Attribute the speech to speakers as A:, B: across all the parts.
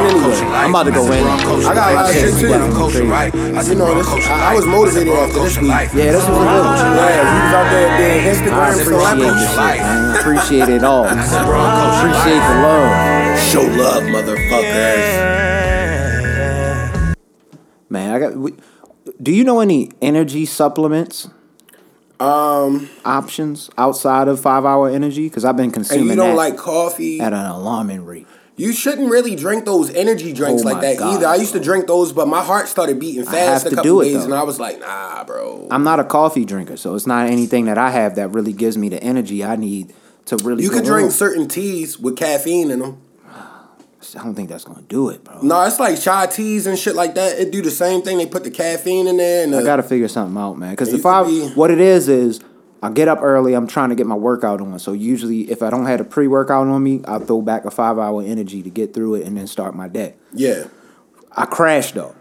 A: I'm about to go in.
B: I got a lot of shit too. You know, this, I, I was motivated after this week.
A: Yeah, this was good.
B: Yeah, we was out there being
A: I
B: Instagram
A: appreciate the
B: celebrities.
A: shit, man. Appreciate it all. Appreciate the love.
C: Show love, motherfuckers.
A: Man, I got. We, do you know any energy supplements? Um, options outside of five hour energy because I've been
B: Um, And
A: consuming
B: you don't
A: that
B: like coffee.
A: at an alarming rate.
B: You shouldn't really drink those energy drinks
A: Oh my
B: like that
A: God,
B: either. I used to drink those, but my heart started beating
A: have
B: fast a
A: to
B: couple
A: do it,
B: days,
A: though.
B: and I was like, nah, bro.
A: I'm not a coffee drinker, so it's not anything that I have that really gives me the energy I need to really.
B: you
A: go
B: could drink
A: on.
B: certain teas with caffeine in them.
A: I don't think that's gonna do it, bro.
B: No, it's like chai teas and shit like that. It do the same thing. They put the caffeine in there, and the,
A: I gotta figure something out, man. Because
B: You
A: if I,
B: could be-
A: what it is is, I get up early. I'm trying to get my workout on. So usually, if I don't have a pre workout on me, I throw back a five hour energy to get through it and then start my day.
B: yeah.
A: I crash though.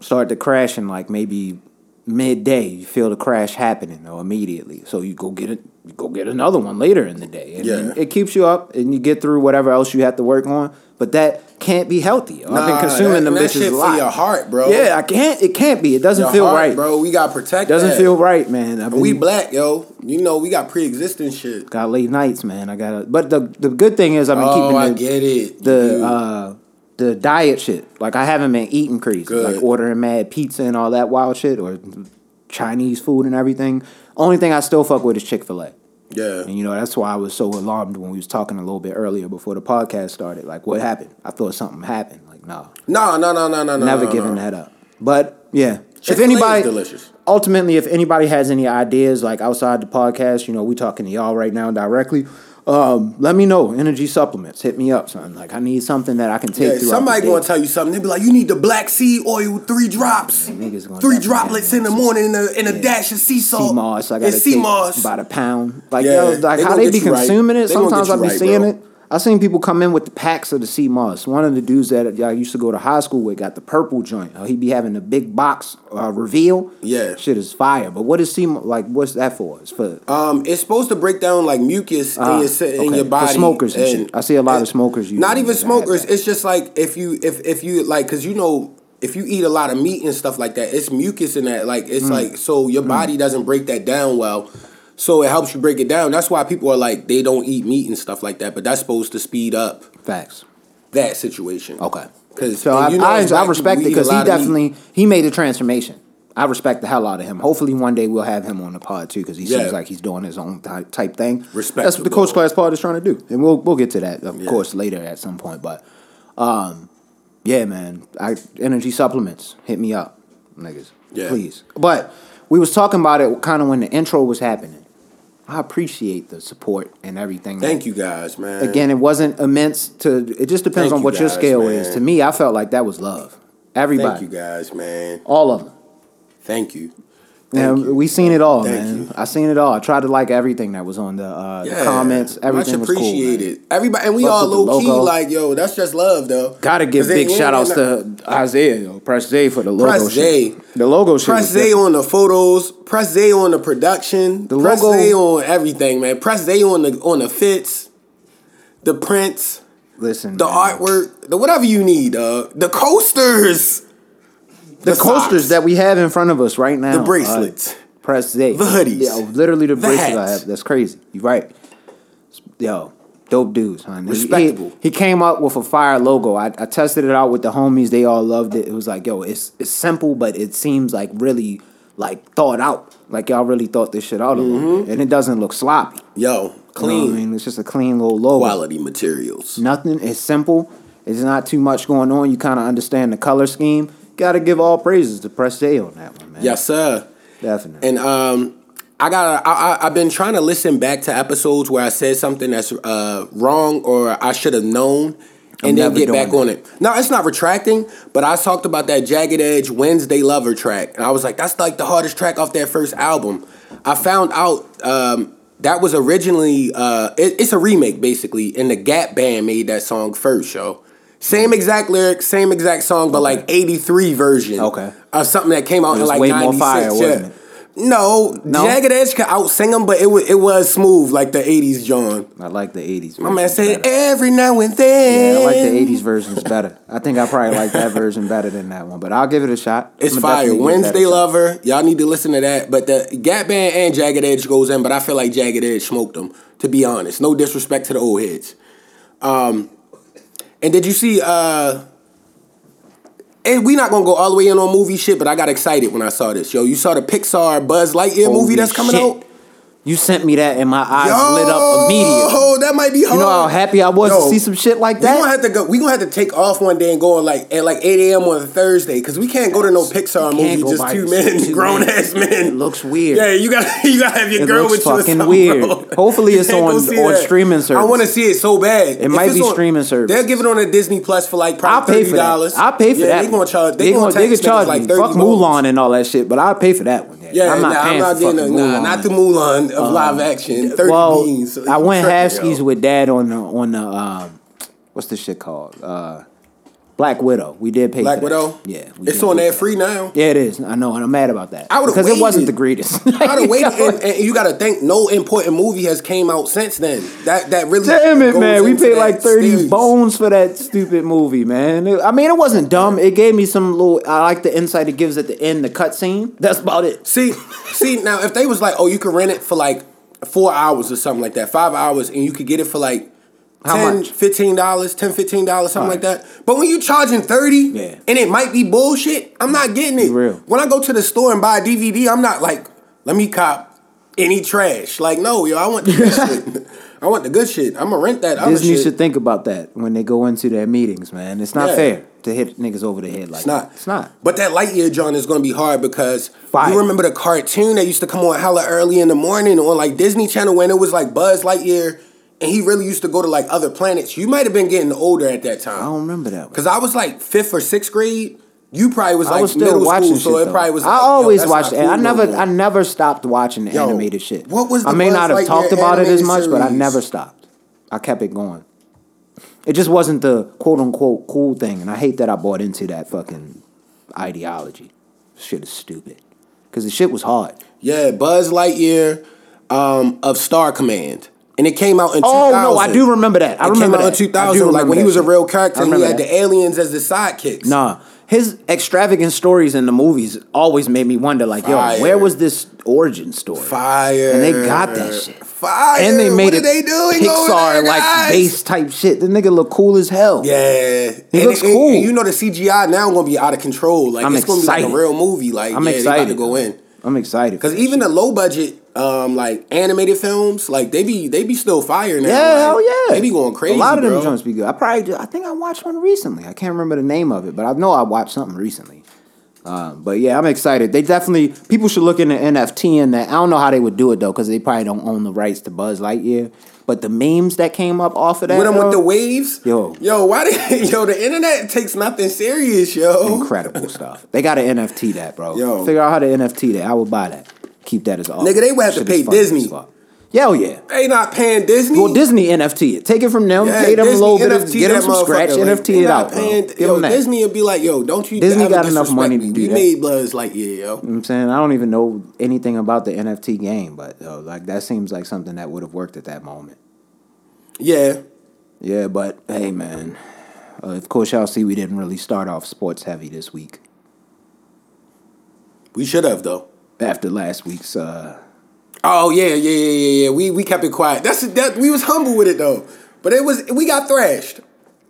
A: Start to crash in like maybe midday. You feel the crash happening though immediately. So you go get it. You go get another one later in the day. And,
B: Yeah.
A: and it keeps you up, and you get through whatever else you have to work on. But that can't be healthy. I've been
B: Nah,
A: consuming
B: that-
A: them
B: that
A: bitches
B: shit
A: a
B: for
A: lot.
B: your heart, bro.
A: Yeah, I can't. It can't be. It doesn't
B: Your
A: feel
B: heart,
A: right.
B: bro. We got protect.
A: Doesn't
B: that.
A: feel right, man. I've been,
B: We black, yo. You know, we got pre-existing shit.
A: got late nights, man. I got to But the the good thing is I've been
B: Oh,
A: keeping
B: I
A: the,
B: get it. dude.
A: the uh the diet shit. Like I haven't been eating crazy,
B: Good.
A: like ordering mad pizza and all that wild shit or Chinese food and everything. Only thing I still fuck with is Chick Fil A.
B: yeah.
A: And you know that's why I was so alarmed when we was talking a little bit earlier before the podcast started. Like, what happened? I thought something happened. Like, no,
B: No, no, no, no, no, no.
A: never
B: no,
A: giving
B: no.
A: that up. But yeah, if
B: Chick-fil-A is
A: anybody
B: delicious.
A: ultimately, if anybody has any ideas like outside the podcast, you know, we talking to y'all right now directly. Um, let me know. Energy supplements, hit me up, son. Like I need something that I can take.
B: Yeah,
A: throughout
B: somebody
A: the day.
B: gonna tell you something. They be like, "You need the black seed oil, three drops,
A: Niggas gonna
B: three
A: definitely
B: droplets
A: have
B: in the
A: that.
B: morning, and a, and a dash of sea salt."
A: sea moss. I
B: It's
A: gotta
B: sea
A: take
B: moss.
A: about a pound. Like
B: Yeah,
A: yo, like
B: they
A: how
B: gonna
A: they
B: get
A: be
B: you right.
A: consuming it.
B: They gonna
A: Sometimes
B: get
A: I
B: you
A: be
B: right,
A: seeing
B: bro.
A: it. I seen people come in with the packs of the sea moss. One of the dudes that I used to go to high school with got the purple joint. Uh, he be having the big box uh, reveal.
B: Yeah.
A: shit is fire. But what is sea? mo- Like what's that for? It's for
B: Um, it's supposed to break down like mucus in your si- in
A: Uh-huh. okay.
B: your
A: For
B: body.
A: smokers and shit. I see a lot of
B: and-
A: smokers using
B: Not
A: it
B: even
A: to have
B: smokers.
A: that.
B: It's just like if you if if you like because you know if you eat a lot of meat and stuff like that, it's mucus in that. Like
A: Mm.
B: it's like so your body doesn't break that down well. So it helps you break it down. That's why people are like they don't eat meat and stuff like that. But that's supposed to speed up
A: facts.
B: that situation.
A: Okay.
B: Because
A: So I, I, I respect it because he definitely he made a transformation. I respect the hell out of him. Hopefully, one day we'll have him on the pod too because he
B: Yeah.
A: seems like he's doing his own ty- type thing. That's what the
B: Respectable.
A: coach class pod is trying to do, and we'll we'll get to that of
B: Yeah.
A: course later at some point. But um, yeah, man, I energy supplements hit me up, niggas,
B: Yeah.
A: please. But we was talking about it kind of when the intro was happening. I appreciate the support and everything. that
B: Thank you guys, man.
A: again, it wasn't immense to. It just depends
B: Thank
A: on
B: you
A: what your
B: guys,
A: scale
B: man.
A: is. To me, I felt like that was love. Everybody,
B: thank you guys, man.
A: all of them.
B: Thank you.
A: Yeah,
B: Thank you.
A: we seen it all,
B: Thank
A: man.
B: you.
A: I seen it all. I tried to like everything that was on the, uh, the comments. Everything
B: much
A: was cool. man.
B: appreciated. Everybody, and we
A: Fuck
B: all
A: with the
B: low key,
A: logo.
B: like yo, that's just love, though.
A: Gotta give
B: 'Cause they
A: big
B: in
A: shout outs
B: and out-
A: to Isaiah, yo. Press J for the logo
B: Press
A: shit.
B: J.
A: The logo shit.
B: Press
A: was
B: Zay
A: different.
B: on the photos. Press Zay on the production.
A: The
B: press
A: logo-
B: Zay on everything, man. Press Zay on the on the fits, the prints,
A: Listen,
B: the
A: man.
B: artwork, the whatever you need, uh, the coasters,
A: the, coasters
B: socks,
A: that we have in front of us right now,
B: the bracelets.
A: uh, press Z,
B: The hoodies.
A: yeah, literally the,
B: The
A: bracelet I
B: hats.
A: have. That's crazy. You're right. Yo, dope dudes, huh?
B: Respectable.
A: He, he came up with a fire logo. I, I tested it out with the homies. They all loved it. It was like, yo, it's it's simple, but it seems like really like thought out. Like y'all really thought this shit out, a little bit. and it doesn't look sloppy.
B: yo,
A: You know
B: Mm-hmm. clean
A: what I mean, it's just a clean little logo.
B: quality materials.
A: Nothing. It's simple. It's not too much going on. You kind of understand the color scheme. Got to give all praises to Press J on that one, man.
B: Yes, sir.
A: definitely.
B: And um, I got. I, I, I've been trying to listen back to episodes where I said something that's uh wrong or I should have known, and
A: I'm
B: then
A: never
B: get
A: doing
B: back on it. No, it's not retracting, but I talked about that Jagged Edge Wednesday Lover track, and I was like, that's like the hardest track off that first album. I found out um, that was originally uh, it, it's a remake basically, and the Gap Band made that song first, yo. Same exact lyrics, same exact song, but like '83 version
A: Mm. Okay.
B: of something that came out
A: It
B: in
A: was
B: like
A: way more
B: '96.
A: fire,
B: yeah.
A: wasn't it?
B: No,
A: No?
B: Jagged Edge could outsing him, but it was it was smooth like the '80s John.
A: I like the '80s.
B: My man
A: versions
B: said
A: better.
B: every now and then.
A: Yeah, I like the '80s versions better. I think I probably like that version better than that one, but I'll give it a shot.
B: It's
A: I'ma
B: fire.
A: definitely give that a
B: Wednesday
A: shot.
B: Lover. Y'all need to listen to that. But the Gap Band and Jagged Edge goes in, but I feel like Jagged Edge smoked them, to be honest. No disrespect to the old heads. Um, and did you see uh and we not gonna go all the way in on movie shit, but I got excited when I saw this. Yo, you saw the Pixar Buzz Lightyear movie
A: Holy
B: that's coming
A: shit.
B: out?
A: You sent me that, and my eyes lit up immediately.
B: Oh, that might be hard.
A: You know how happy I was
B: Yo,
A: to see some shit like
B: We gonna
A: that.
B: have to go. We gonna have to take off one day and go on like at like eight a.m. on a Thursday because we can't go to no Pixar
A: can't
B: movie.
A: go
B: Just
A: by
B: two
A: yourself,
B: men,
A: two
B: grown
A: men.
B: ass men.
A: It looks weird.
B: Yeah, you gotta you gotta have your
A: It
B: girl with
A: looks
B: you. or
A: fucking
B: something,
A: weird.
B: bro.
A: Hopefully
B: You
A: it's
B: can't go
A: on-
B: see
A: on
B: that.
A: streaming
B: I
A: service.
B: want to see it so bad. It
A: might be streaming service.
B: They'll give it on a Disney Plus for like
A: I'll
B: probably
A: pay for
B: thirty
A: that.
B: dollars.
A: I'll pay for
B: yeah,
A: that.
B: They gonna charge. They,
A: They
B: gonna,
A: they
B: tax
A: could charge
B: niggas like
A: me.
B: thirty
A: Fuck
B: dollars.
A: Mulan and all that shit, but I'll pay for that one.
B: Yeah,
A: I'm not
B: nah,
A: paying
B: I'm not
A: for
B: getting a,
A: fucking
B: nah,
A: Mulan. Uh,
B: not the Mulan of live action. Thirty
A: well,
B: beans. You
A: I went
B: tripping,
A: half
B: yo.
A: skis with dad on the on the um, what's this shit called? Uh, Black Widow. We did pay
B: Black
A: for that.
B: Widow.
A: Yeah, we
B: it's
A: did
B: on
A: pay
B: there
A: for
B: free now.
A: Yeah, it is. I know, and I'm mad about that
B: I would've
A: because it wasn't
B: waited.
A: the greatest.
B: I'd have waited, and, and you got to think no important movie has came out since then. That that really
A: Damn it,
B: goes
A: man! We
B: into
A: paid
B: that
A: like thirty
B: series.
A: bones for that stupid movie, man. It- I mean, it wasn't dumb. It gave me some little. I like the insight it gives at the end, the cutscene. That's about it.
B: See, see now if they was like, oh, you could rent it for like four hours or something like that, five hours, and you could get it for like.
A: How
B: 10,
A: much?
B: $15, $10, $15, something
A: All
B: like
A: right.
B: that. But when you charging 30
A: Yeah.
B: and it might be bullshit, I'm not getting it.
A: Be real.
B: When I go to the store and buy a DVD, I'm not like, let me cop any trash. Like, no, yo, I want the good shit. I want the good shit. I'm going to rent that other
A: Disney
B: shit.
A: should think about that when they go into their meetings, man. It's not
B: Yeah.
A: fair to hit niggas over the head like
B: It's not.
A: that. It's not.
B: But that Lightyear John is going to be hard because
A: Fire.
B: you remember the cartoon that used to come on hella early in the morning on like Disney Channel when it was like Buzz Lightyear, and he really used to go to like other planets. You might have been getting older at that
A: I
B: time
A: don't remember that one.
B: because I was like fifth or sixth grade. You probably was
A: I
B: like
A: was still
B: middle school,
A: watching
B: so
A: shit.
B: it
A: though.
B: probably was.
A: I
B: like, yo,
A: always
B: that's
A: watched
B: not
A: it. I
B: cool
A: never,
B: no more.
A: I never stopped watching the
B: Yo,
A: animated shit.
B: what was
A: I
B: the
A: may
B: Buzz
A: not have
B: Lightyear
A: talked about it as
B: animated
A: much, but I
B: series?
A: never stopped. I kept it going. It just wasn't the quote unquote cool thing, and I hate that I bought into that fucking ideology. Shit is stupid because the shit was hard.
B: yeah, Buzz Lightyear um, of Star Command, and it came out in.
A: Oh
B: 2000.
A: no, I do remember that. I
B: It
A: remember
B: came out
A: that.
B: in 2000,
A: I do
B: like
A: remember
B: when he
A: that
B: was a
A: shit.
B: real character
A: I
B: and he
A: remember
B: had
A: that.
B: the aliens as the sidekicks.
A: Nah, his extravagant stories in the movies always made me wonder, like,
B: Fire.
A: yo, where was this origin story?
B: Fire.
A: And they got that shit.
B: Fire.
A: And they made
B: what are
A: it
B: they doing over there,
A: Pixar like
B: guys?
A: base type shit. The nigga look cool as hell.
B: Yeah,
A: He
B: and,
A: looks
B: and-
A: cool.
B: And you know the CGI now gonna be out of control. Like
A: I'm
B: it's gonna be
A: excited.
B: like a real movie. Like
A: I'm
B: yeah,
A: excited.
B: They about to go in
A: I'm excited.
B: because
A: for
B: even
A: that
B: the low budget, um, like animated films, like they be they be still fire now.
A: shit. yeah,
B: like,
A: hell yeah.
B: They be going crazy.
A: A lot of them
B: bro.
A: joints be good. I probably ju- I think I watched one recently. I can't remember the name of it, but I know I watched something recently. Um, but yeah, I'm excited. They definitely people should look into NFT and that. I don't know how they would do it though, because they probably don't own the rights to Buzz Lightyear. But the memes that came up off of that,
B: With them with
A: though,
B: the waves,
A: Yo.
B: yo, why did yo the internet takes nothing serious, yo.
A: incredible stuff. They got to NFT that, bro.
B: Yo.
A: Figure out how to NFT that. I would buy that. Keep that as all.
B: Nigga, they would have to pay Disney.
A: Yeah, oh yeah.
B: They not paying Disney.
A: Well, Disney NFT it. Take it from them.
B: Yeah,
A: pay them
B: Disney
A: a little bit. Of,
B: NFT
A: get them
B: that
A: some scratch.
B: motherfucker, like,
A: NFT
B: they
A: it
B: not
A: out.
B: paying-
A: bro. Give
B: yo,
A: them that.
B: Disney would be like, yo, don't you?
A: Disney
B: ever
A: got enough
B: disrespect
A: money to
B: me.
A: do
B: we
A: that. Mm.
B: made Buzz like, yeah, yo.
A: I'm saying I don't even know anything about the NFT game, but uh, like that seems like something that would have worked at that moment.
B: Yeah.
A: Yeah, but hey, man. Uh, of course, y'all see we didn't really start off sports heavy this week
B: We should have though.
A: after last week's. Uh,
B: Oh yeah, yeah, yeah, yeah, yeah. We we kept it quiet. That's that we was humble with it though. But it was we got thrashed.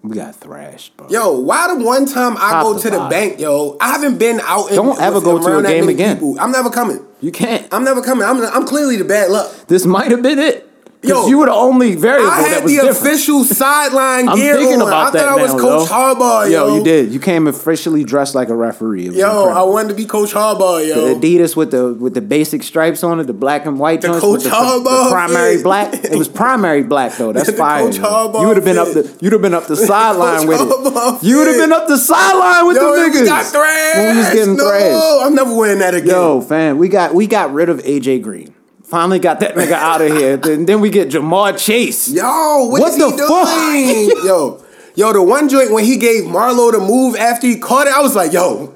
A: we got thrashed, bro.
B: Yo, why the one time I
A: Top
B: go
A: to
B: to the
A: bottom.
B: bank, yo, I haven't been out in
A: Don't ever
B: with-
A: go to
B: around
A: a
B: that
A: game
B: many
A: again.
B: people. I'm never coming.
A: you can't.
B: I'm never coming. I'm I'm clearly the bad luck.
A: this might have been it. 'Cause
B: Yo,
A: you were the only variable
B: I
A: that
B: had
A: was
B: the
A: different.
B: official sideline
A: I'm
B: gear
A: thinking
B: on.
A: about
B: I
A: that
B: thought I was
A: now,
B: Coach
A: yo.
B: Harbaugh, yo.
A: you did. You came officially dressed like a referee. It was
B: Yo, I
A: incredible.
B: wanted to be Coach Harbaugh, yo.
A: the Adidas with the with the basic stripes on it, the black and white.
B: The
A: joints
B: Coach
A: with the,
B: Harbaugh
A: the primary
B: fit.
A: black. It was primary black though. That's
B: The
A: fire.
B: Coach
A: yo.
B: Harbaugh
A: you would have been up
B: fit.
A: the you'd have been up the sideline with
B: Harbaugh
A: it. You would have
B: fit.
A: been up the sideline with
B: yo,
A: the
B: and
A: niggas.
B: we got thrashed.
A: When we was getting
B: no,
A: thrashed.
B: I'm never wearing that again.
A: Yo, fam, we got we got rid of AJ Green. Finally got that nigga out of here. Then then we get Jamar Chase.
B: Yo, what,
A: What
B: is
A: the
B: he doing? yo, yo, the one joint when he gave Marlo the move after he caught it, I was like, yo,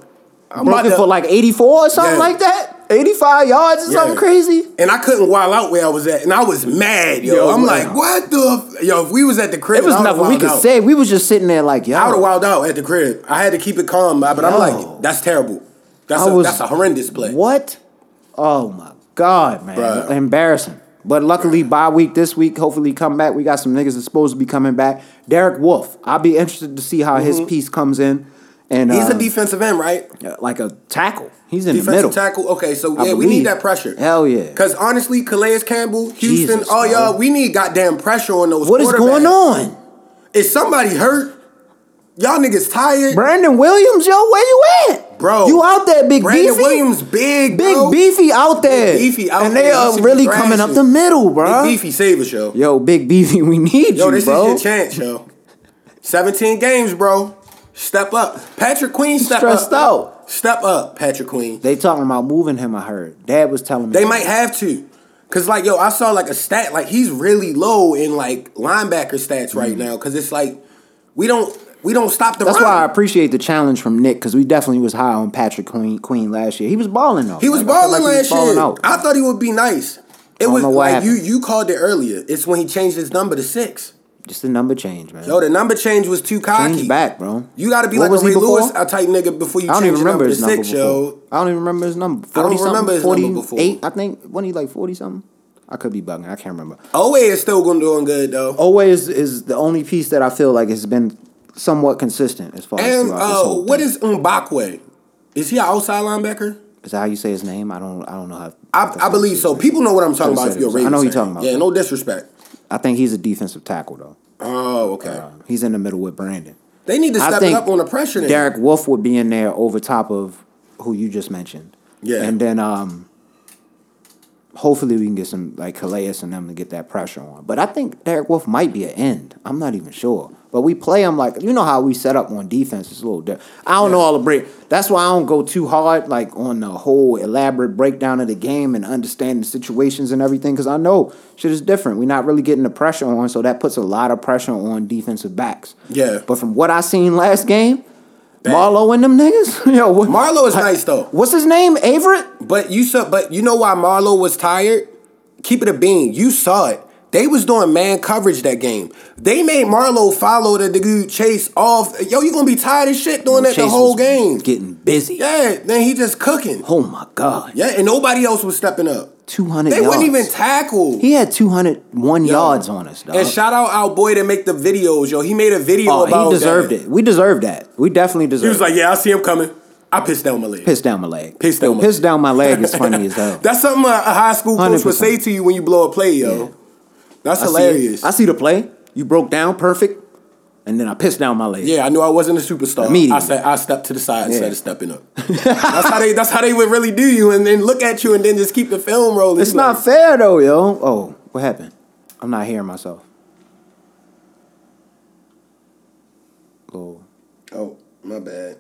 B: I'm
A: Broken
B: about to-
A: for like 84 or something
B: Yeah.
A: like that. 85 yards or something
B: Yeah.
A: crazy.
B: And I couldn't wild out where I was at, and I was mad, yo.
A: Yo,
B: I'm
A: wow.
B: like, what the? F-? Yo, if we was at the crib,
A: It was
B: I would've
A: nothing we
B: wilded
A: could
B: out.
A: say. We was just sitting there like,
B: I would have
A: yo,
B: wilded out at the crib. I had to keep it calm, but
A: Yo.
B: I'm like, that's terrible. That's
A: I
B: a,
A: was-
B: that's a horrendous play.
A: what? Oh my God, man.
B: Bruh.
A: Embarrassing. But luckily, bye week this week, hopefully come back. We got some niggas that's supposed to be coming back. Derek Wolf. I'll be interested to see how his piece comes in. And
B: Mm-hmm. He's
A: uh,
B: a defensive end, right?
A: like a tackle. He's in the middle.
B: Defensive tackle. Okay, so
A: I
B: yeah, we need
A: believe.
B: that pressure.
A: Hell yeah.
B: Because honestly, Calais Campbell, Houston,
A: Jesus,
B: all
A: bro.
B: y'all, we need goddamn pressure on those.
A: What is going
B: quarterbacks.
A: on?
B: Is somebody hurt? Y'all niggas tired,
A: Brandon Williams, yo, where you at?
B: bro.
A: You out there, Big
B: Brandon
A: Beefy?
B: Williams, big,
A: Big
B: bro.
A: Beefy out there.
B: Beefy out
A: and
B: there.
A: they
B: He
A: are
B: should be
A: really coming up
B: thrashing.
A: the middle, bro.
B: Big beefy saver show.
A: Yo, Big Beefy, we need
B: Yo,
A: you,
B: this
A: bro.
B: is your chance, yo. 17 games, bro. Step up. Patrick Queen, step up.
A: Stressed out.
B: Step up, Patrick Queen.
A: They talking about moving him, I heard. Dad was telling me.
B: They might have to. Cause like yo, I saw like a stat, like he's really low in like linebacker stats right now. Cause it's like we don't we don't stop the
A: Mm. That's
B: run.
A: why I appreciate the challenge from Nick, because we definitely was high on Patrick Queen, Queen last year. He was balling, though.
B: he was
A: Like, I feel
B: balling
A: like he was
B: last year.
A: balling out.
B: I thought he would be nice. It
A: don't
B: was
A: know what
B: like you
A: happened.
B: you called it earlier. It's when he changed his number to six.
A: Just the number change, man.
B: Yo, the number change was too cocky.
A: Change back, bro.
B: You got to be
A: What
B: like
A: was
B: a
A: he
B: Ray
A: before?
B: Lewis a type nigga before you
A: I don't
B: change
A: even remember
B: your
A: his
B: number to
A: number
B: six,
A: before.
B: yo.
A: I don't even remember his number. 40
B: don't
A: something,
B: remember his number
A: 48,
B: before.
A: I think. Wasn't he like 40 something? I could be bugging. I can't remember.
B: Owe is still going doing good though.
A: Owe is, is the only piece that I feel like has been somewhat consistent as far as
B: and
A: throughout this
B: uh,
A: whole
B: what
A: thing.
B: is Mbakwe? Is he an outside linebacker?
A: Is that how you say his name? I don't I don't know how.
B: I, I believe so. People know what I'm talking about. If you're a
A: I know
B: Ravens
A: you're
B: fan.
A: talking about.
B: Yeah, no disrespect.
A: I think he's a defensive tackle though.
B: Oh, okay.
A: He's in the middle with Brandon.
B: they need to
A: Uh, I
B: step it
A: think
B: up on the pressure. Then.
A: Derek Wolf would be in there over top of who you just mentioned.
B: Yeah.
A: And then um hopefully we can get some like Calais and them to get that pressure on. But I think Derek Wolf might be an end. I'm not even sure. But we play him like you know how we set up on defense. It's a little different. I don't know all the break. That's why I don't go too hard like on the whole elaborate breakdown of the game and understanding situations and everything because I know shit is different. We're not really getting the pressure on, so that puts a lot of pressure on defensive backs.
B: Yeah.
A: But from what I seen last game,
B: Bad.
A: Marlowe and them niggas. Yo, what,
B: Marlowe is nice though,
A: what's his name? Averett?
B: but you saw. But you know why Marlowe was tired? Keep it a bean. You saw it. They was doing man coverage that game. They made Marlowe follow the dude Chase off. Yo, you gonna be tired as shit doing that
A: Chase
B: the whole
A: was
B: game.
A: Getting busy.
B: Yeah, then he just cooking.
A: Oh my God.
B: Yeah, and nobody else was stepping up.
A: 200
B: They
A: yards.
B: wouldn't even tackle.
A: he had 201 yards on us, dog.
B: And shout out our boy that make the videos, yo. He made a video
A: Oh,
B: about
A: he deserved
B: that.
A: it. We deserved that. We definitely deserved
B: He was
A: it.
B: like, "Yeah, I see him coming. I pissed down my leg."
A: Piss down my leg.
B: Piss
A: Yo,
B: down my
A: piss down my leg is funny as hell.
B: That's something a, a high school coach would
A: 100%.
B: say to you when you blow a play, yo.
A: Yeah.
B: That's
A: I see it.
B: hilarious.
A: I see the play. You broke down perfect, and then I pissed down my leg.
B: yeah, I knew I wasn't a superstar. I
A: Immediately.
B: said I stepped to the side instead
A: Yeah.
B: of stepping up. that's how they. That's how they would really do you, and then look at you, and then just keep the film rolling.
A: It's
B: You
A: not
B: like,
A: fair though, yo. Oh, what happened? I'm not hearing myself. Lord.
B: Oh, my bad.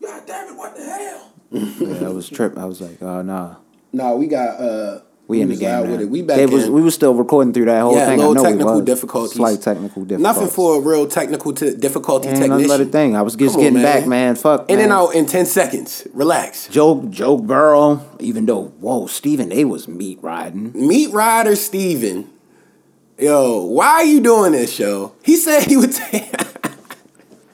B: God damn it! What the hell?
A: Yeah, I was tripping. I was like, oh nah.
B: Nah, we got. uh
A: We in the
B: was
A: game.
B: loud
A: now.
B: With it. We back
A: They was-
B: in.
A: we was still recording through that whole
B: yeah,
A: thing. I
B: little
A: know we
B: technical
A: was.
B: difficulties.
A: Slight technical difficulties.
B: Nothing for a real technical t- difficulty
A: Ain't
B: technician.
A: nothing but a thing. I was just
B: Come on,
A: getting back, man. Fuck,
B: In and
A: man.
B: out in 10 seconds. Relax.
A: Joe Joe Burrow, even though whoa, Steven, they was meat riding.
B: Meat Rider Steven. Yo, why are you doing this, yo? He said he would take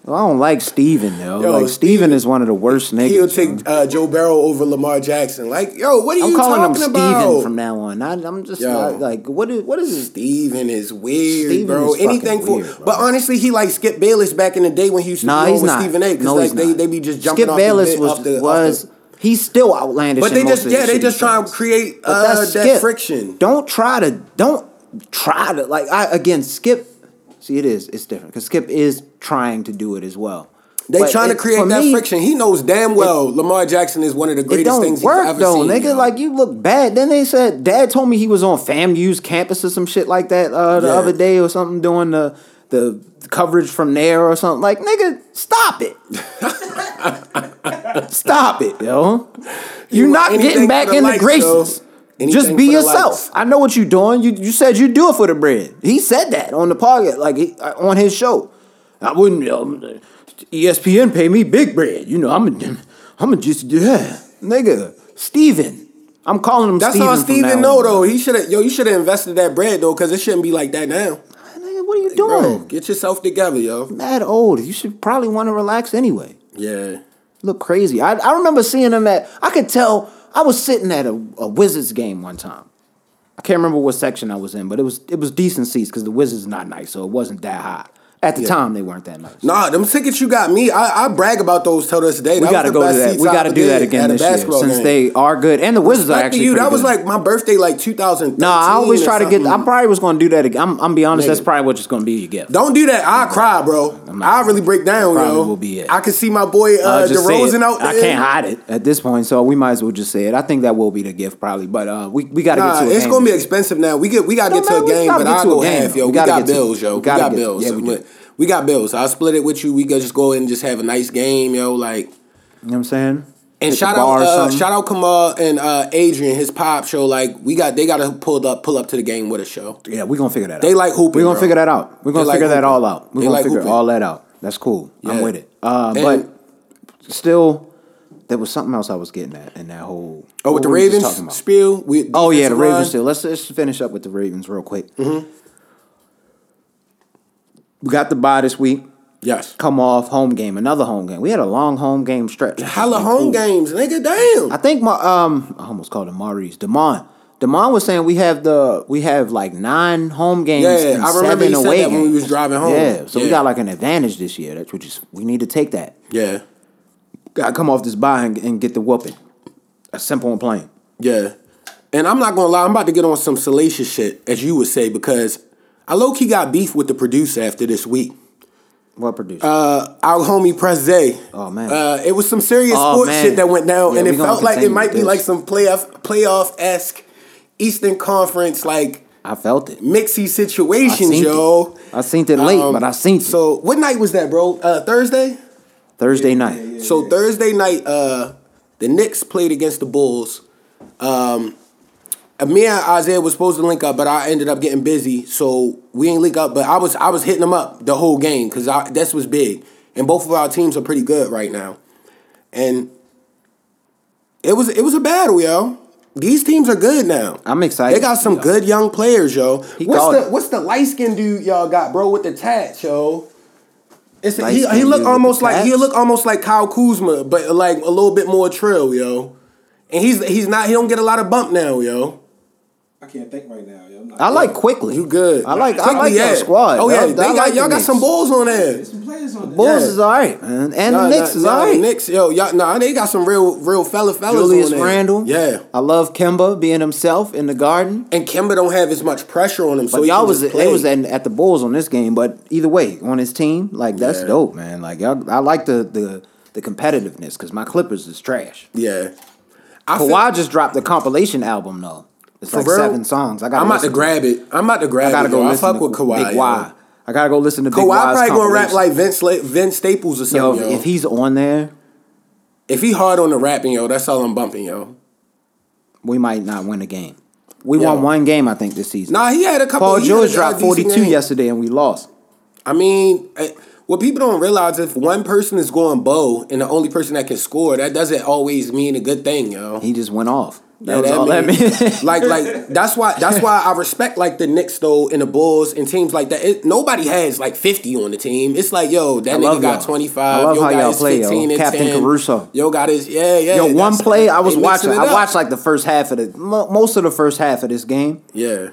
A: Well, I don't like Steven, yo.
B: Yo,
A: like Steven is one of the worst niggas.
B: he'll
A: yo.
B: take uh, Joe Barrow over Lamar Jackson. Like, yo, what are
A: I'm
B: you
A: calling him
B: talking about?
A: Steven from now on. I, I'm just
B: Yo.
A: not like what is what is this?
B: Steven is weird,
A: Steven
B: bro.
A: is fucking
B: Anything for
A: weird, bro.
B: But honestly, he like Skip Bayless back in the day when he used to
A: Nah,
B: roll
A: he's
B: with
A: not.
B: Stephen A. Because
A: no,
B: like
A: he's
B: they,
A: not.
B: they be just jumping
A: Skip
B: off
A: Bayless
B: the bit,
A: was
B: off the, off
A: was
B: the-
A: he's still outlandish.
B: But
A: in
B: they
A: most
B: just
A: of the
B: yeah,
A: shit
B: they
A: he
B: just trying to
A: does.
B: create
A: But
B: uh,
A: that's
B: that
A: Skip.
B: friction.
A: Don't try to don't try to like I again skip. See, it is it's different because Skip is trying to do it as well.
B: They
A: But
B: trying
A: it-
B: to create
A: for
B: that
A: me,
B: friction. He knows damn well Lamar Jackson is one of the
A: It
B: greatest
A: don't
B: things he's
A: work
B: ever
A: though,
B: seen.
A: nigga.
B: yo.
A: Like you look bad. Then they said Dad told me he was on FAMU's campus or some shit like that uh, the
B: Yeah.
A: other day or something doing the the coverage from there or something. Like nigga, stop it. stop it, yo. You're
B: You
A: not
B: anything
A: getting
B: for
A: back
B: the
A: in the
B: likes,
A: graces.
B: yo. Anything
A: Just be
B: for the
A: yourself.
B: likes.
A: I know what you're doing. You you said you do it for the bread. He said that on the podcast, like he, uh, on his show. I E wouldn't. Um, ESPN pay me big bread. You know, I'm a, I'm a just yeah. nigga, Steven. I'm calling him.
B: That's
A: Steven
B: all
A: from
B: Steven
A: now
B: know
A: on.
B: though. He should have yo. You should have invested that bread though, because it shouldn't be like that now.
A: Nigga, what are you
B: Bro,
A: doing?
B: get yourself together, yo.
A: Mad old. You should probably want to relax anyway.
B: Yeah.
A: Look crazy. I I remember seeing him at. I could tell. I was sitting at a, a Wizards game one time. I can't remember what section I was in, but it was it was decent seats because the Wizards not nice, so it wasn't that high. At the time, they weren't that nice.
B: Nah, them tickets you got me. I, I brag about those till this day.
A: we got to go to that. We got to do that again this year since they are good and the Wizards are
B: Back to
A: actually.
B: you.
A: pretty
B: That was like
A: good.
B: my birthday, like 2013.
A: No, I always
B: or
A: try to get. I
B: something.
A: probably was going to do that again. I'm, I'm be honest. That's
B: Nigga.
A: probably what it's going to be. You get.
B: Don't do that. I cry, bro. I really break down,
A: Probably
B: yo.
A: will be it.
B: I can see my boy uh,
A: Uh, just say
B: DeRozan
A: it.
B: out there.
A: I can't hide it at this point, so we might as well just say it. I think that will be the gift probably, but uh, we we got to
B: Nah,
A: get to it.
B: it's gonna be expensive now. We get we gotta
A: No,
B: get to
A: man,
B: a
A: we
B: game,
A: gotta
B: but
A: get
B: I
A: to a
B: go
A: game,
B: half,
A: though.
B: yo.
A: We
B: We,
A: gotta
B: got
A: get to it.
B: bills, yo.
A: We
B: We
A: gotta
B: got
A: get-
B: bills.
A: yeah,
B: So
A: we
B: look,
A: do.
B: we got bills. I'll split it with you. We could just go in and just have a nice game, yo. Like
A: You know what I'm saying? Hit
B: and
A: the
B: shout
A: bar
B: out,
A: or
B: uh,
A: something.
B: shout out Kamal and uh, Adrian, his pop show. Like we got, they got to pull up, pull up to the game with a show.
A: Yeah, we're gonna figure that out.
B: They like hooping,
A: We're gonna
B: bro.
A: figure that out. We're gonna
B: They like
A: figure that
B: hooping.
A: all out. We're
B: They
A: gonna
B: like
A: figure
B: hooping.
A: all that out. That's cool. I'm
B: Yeah.
A: with it. Uh,
B: And-
A: but still, there was something else I was getting at in that whole.
B: Oh, with
A: what
B: the
A: were we just talking
B: Ravens
A: about?
B: spiel. We,
A: Oh yeah, the
B: defensive line. Mm-hmm.
A: Ravens still. Let's just finish up with the Ravens real quick. We got the bye this week.
B: Yes,
A: Come off home game, another home game. We had a long home game stretch.
B: hella home games, nigga. Damn.
A: I think my um I almost called him Maurice Demond. Demond was saying we have the we have like nine home games.
B: Yeah,
A: and
B: I remember
A: seven
B: he said
A: away
B: that when we
A: games.
B: was driving home.
A: Yeah, so we
B: Yeah.
A: got like an advantage this year. That's which is we need to take that.
B: yeah,
A: Got to come off this bye and, and get the whooping. A simple and plain.
B: yeah. And I'm not gonna lie, I'm about to get on some salacious shit, as you would say, because I low key got beef with the producer after this week.
A: Well produced.
B: Uh, Our homie Press Day.
A: Oh, man.
B: uh, it was some serious
A: Oh,
B: sports
A: man.
B: shit that went down,
A: Yeah,
B: and
A: we
B: it
A: gonna
B: felt like it
A: continue
B: might
A: with
B: be
A: this.
B: like some playoff playoff esque Eastern Conference like
A: I felt it.
B: mixy
A: I
B: situations,
A: seen
B: yo.
A: it. I seen it late,
B: Um,
A: but I seen it
B: So what night was that, bro? Uh, Thursday.
A: Thursday night.
B: So Thursday night, uh, the Knicks played against the Bulls. Um, and me and Isaiah was supposed to link up, but I ended up getting busy, so we ain't link up. But I was I was hitting them up the whole game because this was big, and both of our teams are pretty good right now, and it was it was a battle, yo. These teams are good now.
A: I'm excited,
B: They got some
A: yo.
B: good young players, yo. What's
A: called
B: the
A: it.
B: what's the light skinned dude y'all got, bro, with the tats, yo? It's, he
A: Light-skinned
B: he
A: dude
B: look
A: with
B: almost
A: the
B: like he
A: tats?
B: look almost like Kyle Kuzma, but like a little bit more trill, yo. And he's he's not he don't get a lot of bump now, yo.
D: I can't think right now. Yo. I'm not-
A: I like quickly.
B: You good?
A: I like I
B: Quickly,
A: like
B: yeah.
A: that squad.
B: Oh
A: I-
B: yeah,
A: I
B: they got
A: like the
B: y'all got
A: Knicks.
B: some balls on there.
D: There's some players on there.
A: Bulls
B: Yeah.
A: is all right, man. And
B: Nah,
A: the Knicks
B: nah,
A: is
B: nah,
A: all
B: the
A: right.
B: Knicks, yo, y'all, nah, they got some real real fella fellas
A: Julius
B: on there.
A: Randle.
B: yeah.
A: I love Kimba being himself in the garden.
B: And Kimba don't have as much pressure on him,
A: But
B: so he
A: y'all
B: can
A: was
B: just
A: it
B: play.
A: was at, at the Bulls on this game, but either way, on his team, like that's
B: Yeah.
A: dope, man. Like y'all, I like the the the competitiveness because my Clippers is trash.
B: yeah. I feel-
A: Kawhi just dropped the compilation album though. It's
B: For
A: like
B: real?
A: seven songs. I got.
B: I'm about to grab it. I'm about to grab
A: I gotta
B: it.
A: go.
B: yo. I
A: listen
B: fuck
A: to
B: with Kawhi.
A: Big
B: yo.
A: Y. I gotta go listen to Big
B: Kawhi
A: Y's
B: probably gonna rap
A: compilation.
B: like Vince La- Vince Staples or
A: yo,
B: something. Yo,
A: if he's on there,
B: if he hard on the rapping, yo, that's all I'm bumping, yo.
A: we might not win a game. We
B: Yo.
A: won one game, I think, this season.
B: Nah, he had a couple.
A: Paul
B: he had
A: George
B: a- a
A: dropped
B: decent
A: 42
B: game.
A: yesterday, and we lost.
B: I mean, eh, what people don't realize if one person is going bow and the only person that can score, that doesn't always mean a good thing, yo.
A: He just went off. That
B: Yeah,
A: was all that
B: mean-
A: meant.
B: like, like that's why that's why I respect like the Knicks though and the Bulls and teams like that. It, nobody has like fifty on the team. It's like yo, that
A: I love
B: nigga got
A: y'all.
B: twenty five.
A: I love
B: yo
A: how
B: got
A: y'all
B: his
A: play, yo.
B: 15 and
A: Captain
B: 10.
A: Caruso.
B: Yo got his yeah yeah.
A: Yo, one
B: that's-
A: play I was
B: they mixing
A: watching.
B: it
A: I
B: up.
A: watched like the first half of the mo- most of the first half of this game.
B: yeah.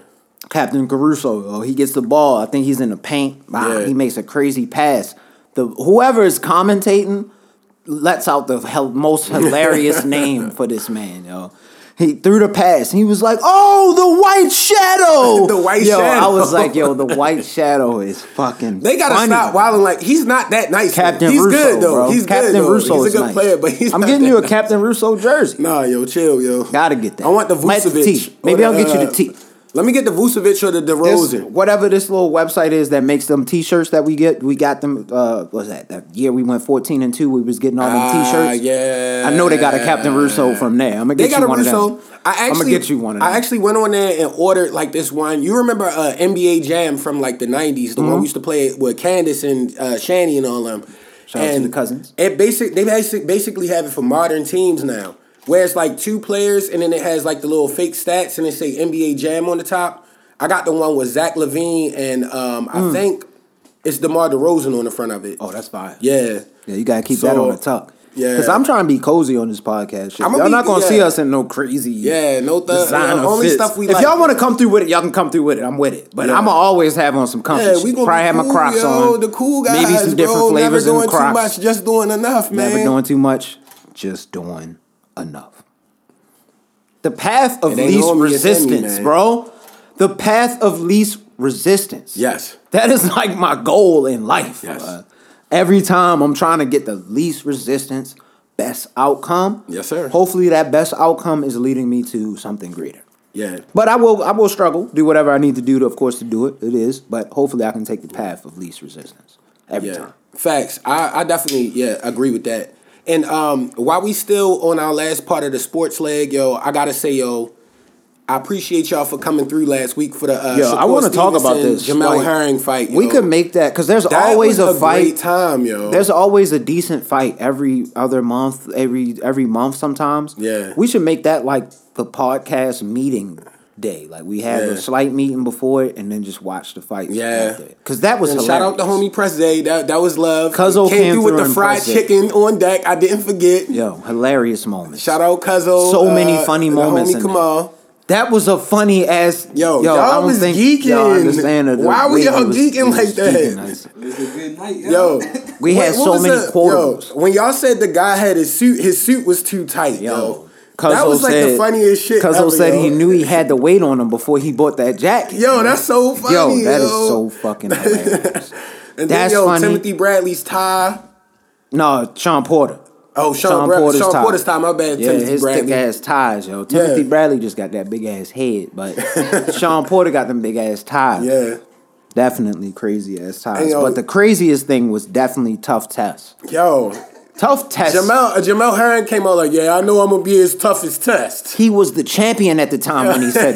A: Captain Caruso, oh, he gets the ball. I think he's in the paint. Wow,
B: Yeah.
A: he makes a crazy pass. The whoever is commentating lets out the hel- most hilarious name for this man, yo. He threw the pass. He was like, "Oh, the white shadow."
B: The white
A: yo,
B: shadow.
A: I was like, "Yo, the white shadow is fucking."
B: They gotta
A: funny.
B: stop wilding. Like he's not that nice. though.
A: Captain
B: he's
A: Russo,
B: good though.
A: bro.
B: He's
A: Captain
B: good though.
A: Russo
B: he's a
A: is
B: good
A: nice.
B: player, but he's.
A: I'm
B: not
A: getting
B: that
A: you a
B: nice.
A: Captain Russo jersey.
B: Nah, yo, chill, yo.
A: Gotta get that.
B: I want the
A: Might the
B: Vucevic.
A: T. Maybe
B: or
A: I'll get you the T.
B: Let me get the Vucevic or the
A: This,
B: DeRozan.
A: whatever this little website is that makes them T-shirts that we get, we got them. Uh, what was that that year we went fourteen and two? We was getting all them
B: Ah,
A: T-shirts.
B: yeah.
A: I know they got a Captain Russo from there. I'm gonna
B: They got
A: get you
B: a
A: one
B: Russo.
A: of them.
B: I
A: I'm
B: actually,
A: gonna get you one of them.
B: I actually went on there and ordered like this one. You remember uh, NBA Jam from like the '90s, the one
A: Mm-hmm.
B: we used to play with Candace and uh, Shani and all them.
A: Shout out to
B: and
A: the cousins.
B: It basic they basic, basically have it for modern teams now. where it's like two players and then it has like the little fake stats and it say NBA Jam on the top. I got the one with Zach Levine and um, I think it's DeMar DeRozan on the front of it.
A: Mm. Oh, that's fine.
B: yeah.
A: Yeah, you gotta keep
B: So-
A: that on the tuck.
B: Yeah.
A: Cause I'm trying to be cozy on this podcast. Shit.
B: I'ma
A: Y'all
B: be-
A: not gonna
B: yeah.
A: see us in no crazy.
B: Yeah, no thug.
A: designer
B: only
A: fits.
B: stuff we
A: if
B: like.
A: y'all want to come through with it, y'all can come through with it. I'm with it, but
B: Yeah.
A: I'ma always have on some comfy.
B: yeah,
A: shit.
B: we gonna
A: probably
B: be
A: have my
B: cool,
A: Crocs
B: yo,
A: on.
B: The cool guys,
A: maybe some different
B: bro,
A: flavors
B: never doing
A: in the Crocs.
B: Too much, just doing enough, man.
A: Never doing too much, just doing enough. The path of
B: It ain't
A: least
B: on me, it's in me,
A: resistance,
B: man.
A: bro. The path of least resistance.
B: Yes.
A: That is like my goal in life.
B: Yes.
A: bruh. every time I'm trying to get the least resistance, best outcome.
B: Yes, sir.
A: Hopefully that best outcome is leading me to something greater.
B: Yeah,
A: But I will I will struggle, do whatever I need to do to of course to do it. It is, but hopefully I can take the path of least resistance every
B: yeah.
A: time.
B: Facts. I, I definitely yeah agree with that. And um, while we still on our last part of the sports leg, yo, I gotta say, yo, I appreciate y'all for coming through last week for the. Uh,
A: Yo, I
B: Shakur
A: want to talk about
B: Stevenson,
A: this.
B: Jamel
A: Like,
B: Herring fight.
A: We
B: yo.
A: could make that because there's
B: That
A: always
B: was
A: a,
B: a
A: fight.
B: great time, yo.
A: There's always a decent fight every other month, every every month sometimes.
B: Yeah.
A: we should make that like the podcast meeting day. Like we have
B: Yeah.
A: a slight meeting before it, and then just watch the fights.
B: Yeah.
A: because that was
B: And
A: hilarious.
B: shout out to homie Press Day. That that was love.
A: Cuzzo came
B: through with
A: through
B: the
A: and
B: fried
A: Press Day.
B: chicken on deck. I didn't forget.
A: Yo, hilarious moment.
B: Shout out Cuzzo.
A: So
B: uh,
A: many funny
B: the
A: moments
B: Homie
A: in that.
B: Kamal.
A: That was a funny ass.
B: Yo,
A: yo,
B: y'all
A: I don't
B: was
A: think
B: geeking.
A: Y'all understand that the
B: Why were
A: way
B: y'all
A: it was-
B: geeking
A: it was
B: like that?
A: geeking.
D: It was a good night,
B: Yo,
A: We had
B: what
A: so
B: was
A: many
B: the-
A: quotables.
B: Yo, when y'all said the guy had his suit, his suit was too tight. Yo,
A: Yo.
B: that was like the funniest shit.
A: Cuzzo
B: ever,
A: said
B: yo.
A: he knew he had the weight on him before he bought that jacket.
B: Yo, that's so funny.
A: yo,
B: that
A: that
B: yo.
A: is so fucking hilarious.
B: And
A: that's
B: then yo,
A: funny.
B: Timothy Bradley's tie.
A: no, Sean Porter.
B: Oh, Sean,
A: Sean
B: Bra-
A: Porter's
B: Sean
A: tie.
B: Porter's tie. My bad,
A: Yeah,
B: Timothy
A: his
B: Bradley.
A: thick ass ties, yo. Timothy Bradley just got that big ass head, but Sean Porter got them big ass ties.
B: Yeah,
A: Definitely crazy ass ties.
B: And, yo-
A: but the craziest thing was definitely tough test.
B: yo,
A: Tough test.
B: Jamel uh, Jamel Herring came out like, yeah, I know I'm gonna be his toughest test.
A: he was the champion at the time when he said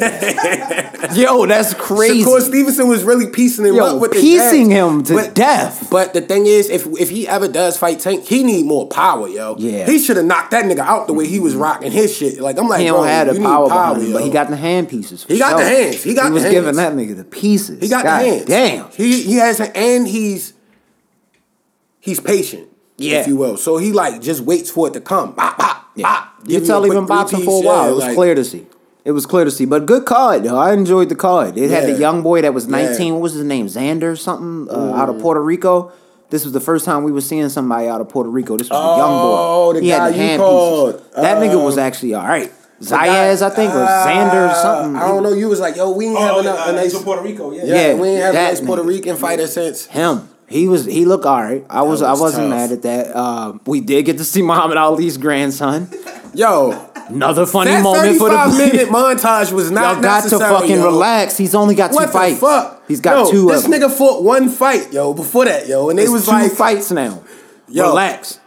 A: that. yo, that's crazy.
B: Shakur Stevenson was really piecing him
A: Yo,
B: up with
A: piecing
B: the jabs.
A: him to
B: But-
A: death.
B: But the thing is, if if he ever does fight Tank, he need more power, yo.
A: Yeah. Mm-hmm.
B: he should have knocked that nigga out the way he was rocking his shit. Like I'm like,
A: He
B: bro,
A: don't have
B: you
A: the
B: need
A: power,
B: power,
A: behind him,
B: yo.
A: but he got the hand pieces. for
B: He got the
A: sure.
B: hands. He got
A: He
B: the
A: was
B: hands.
A: giving that nigga the pieces.
B: he got
A: God
B: the hands.
A: Damn.
B: he he has a, and he's he's patient,
A: Yeah.
B: if you will. So he like just waits for it to come. Bop, bop, bop.
A: You
B: Give him a
A: tell him been
B: quick
A: boxing for a
B: three-piece,
A: while.
B: yeah,
A: it was
B: like-
A: clear to see. It was clear to see, but good card though. I enjoyed the card. It had
B: Yeah.
A: the young boy that was nineteen.
B: Yeah. Mm.
A: What was his name? Xander or something uh, out of Puerto Rico. This was the first time we were seeing somebody out of Puerto Rico. This was the young boy.
B: Oh, the
A: he
B: guy
A: had the
B: you
A: hand
B: called.
A: pieces. That nigga was actually all right. Zayas, I think, or Xander or
B: Uh,
A: something.
B: I don't know. You was like, yo, we ain't
D: Oh,
B: having
D: and,
B: a,
D: uh,
B: a nice.
D: to Puerto Rico, yeah.
B: Yeah,
A: Yeah,
B: we ain't having a
A: that
B: nice Puerto
A: nigga.
B: Rican fighter since.
A: Him. He was he looked all right. I
B: was
A: was, I wasn't
B: tough.
A: mad at that. Uh, we did get to see Muhammad Ali's grandson.
B: Yo,
A: Another funny
B: that
A: moment for the
B: thirty-five minute montage was not
A: Y'all got to
B: necessary,
A: fucking
B: yo.
A: relax. He's only got two
B: What
A: fights.
B: the fuck?
A: He's got
B: Yo,
A: two.
B: This
A: of them.
B: nigga fought one fight, yo. Before that, yo, and it
A: It's
B: was
A: two
B: like,
A: fights now.
B: Yo.
A: Relax.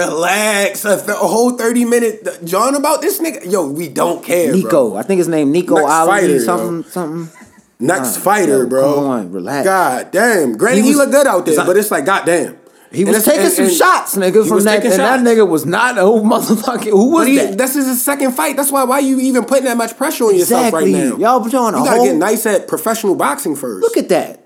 B: relax. A, th- a whole thirty minute John about this nigga. Yo, we don't care, bro.
A: Nico, I think his name Nico
B: Next
A: Ali
B: fighter, yo.
A: something something.
B: Next
A: Nah,
B: fighter,
A: yo,
B: bro.
A: come on, relax.
B: God damn. Granny,
A: He
B: he,
A: was-
B: looked good out there,
A: It's not-
B: but it's like, god damn.
A: He was taking some shots, nigga, from that, and that nigga was not a whole motherfucking. Who was
B: But he,
A: that?
B: this is his second fight. That's why why you even putting that much pressure on
A: Exactly.
B: yourself right now.
A: Y'all put on a
B: you gotta
A: whole.
B: get nice at professional boxing first.
A: Look at that.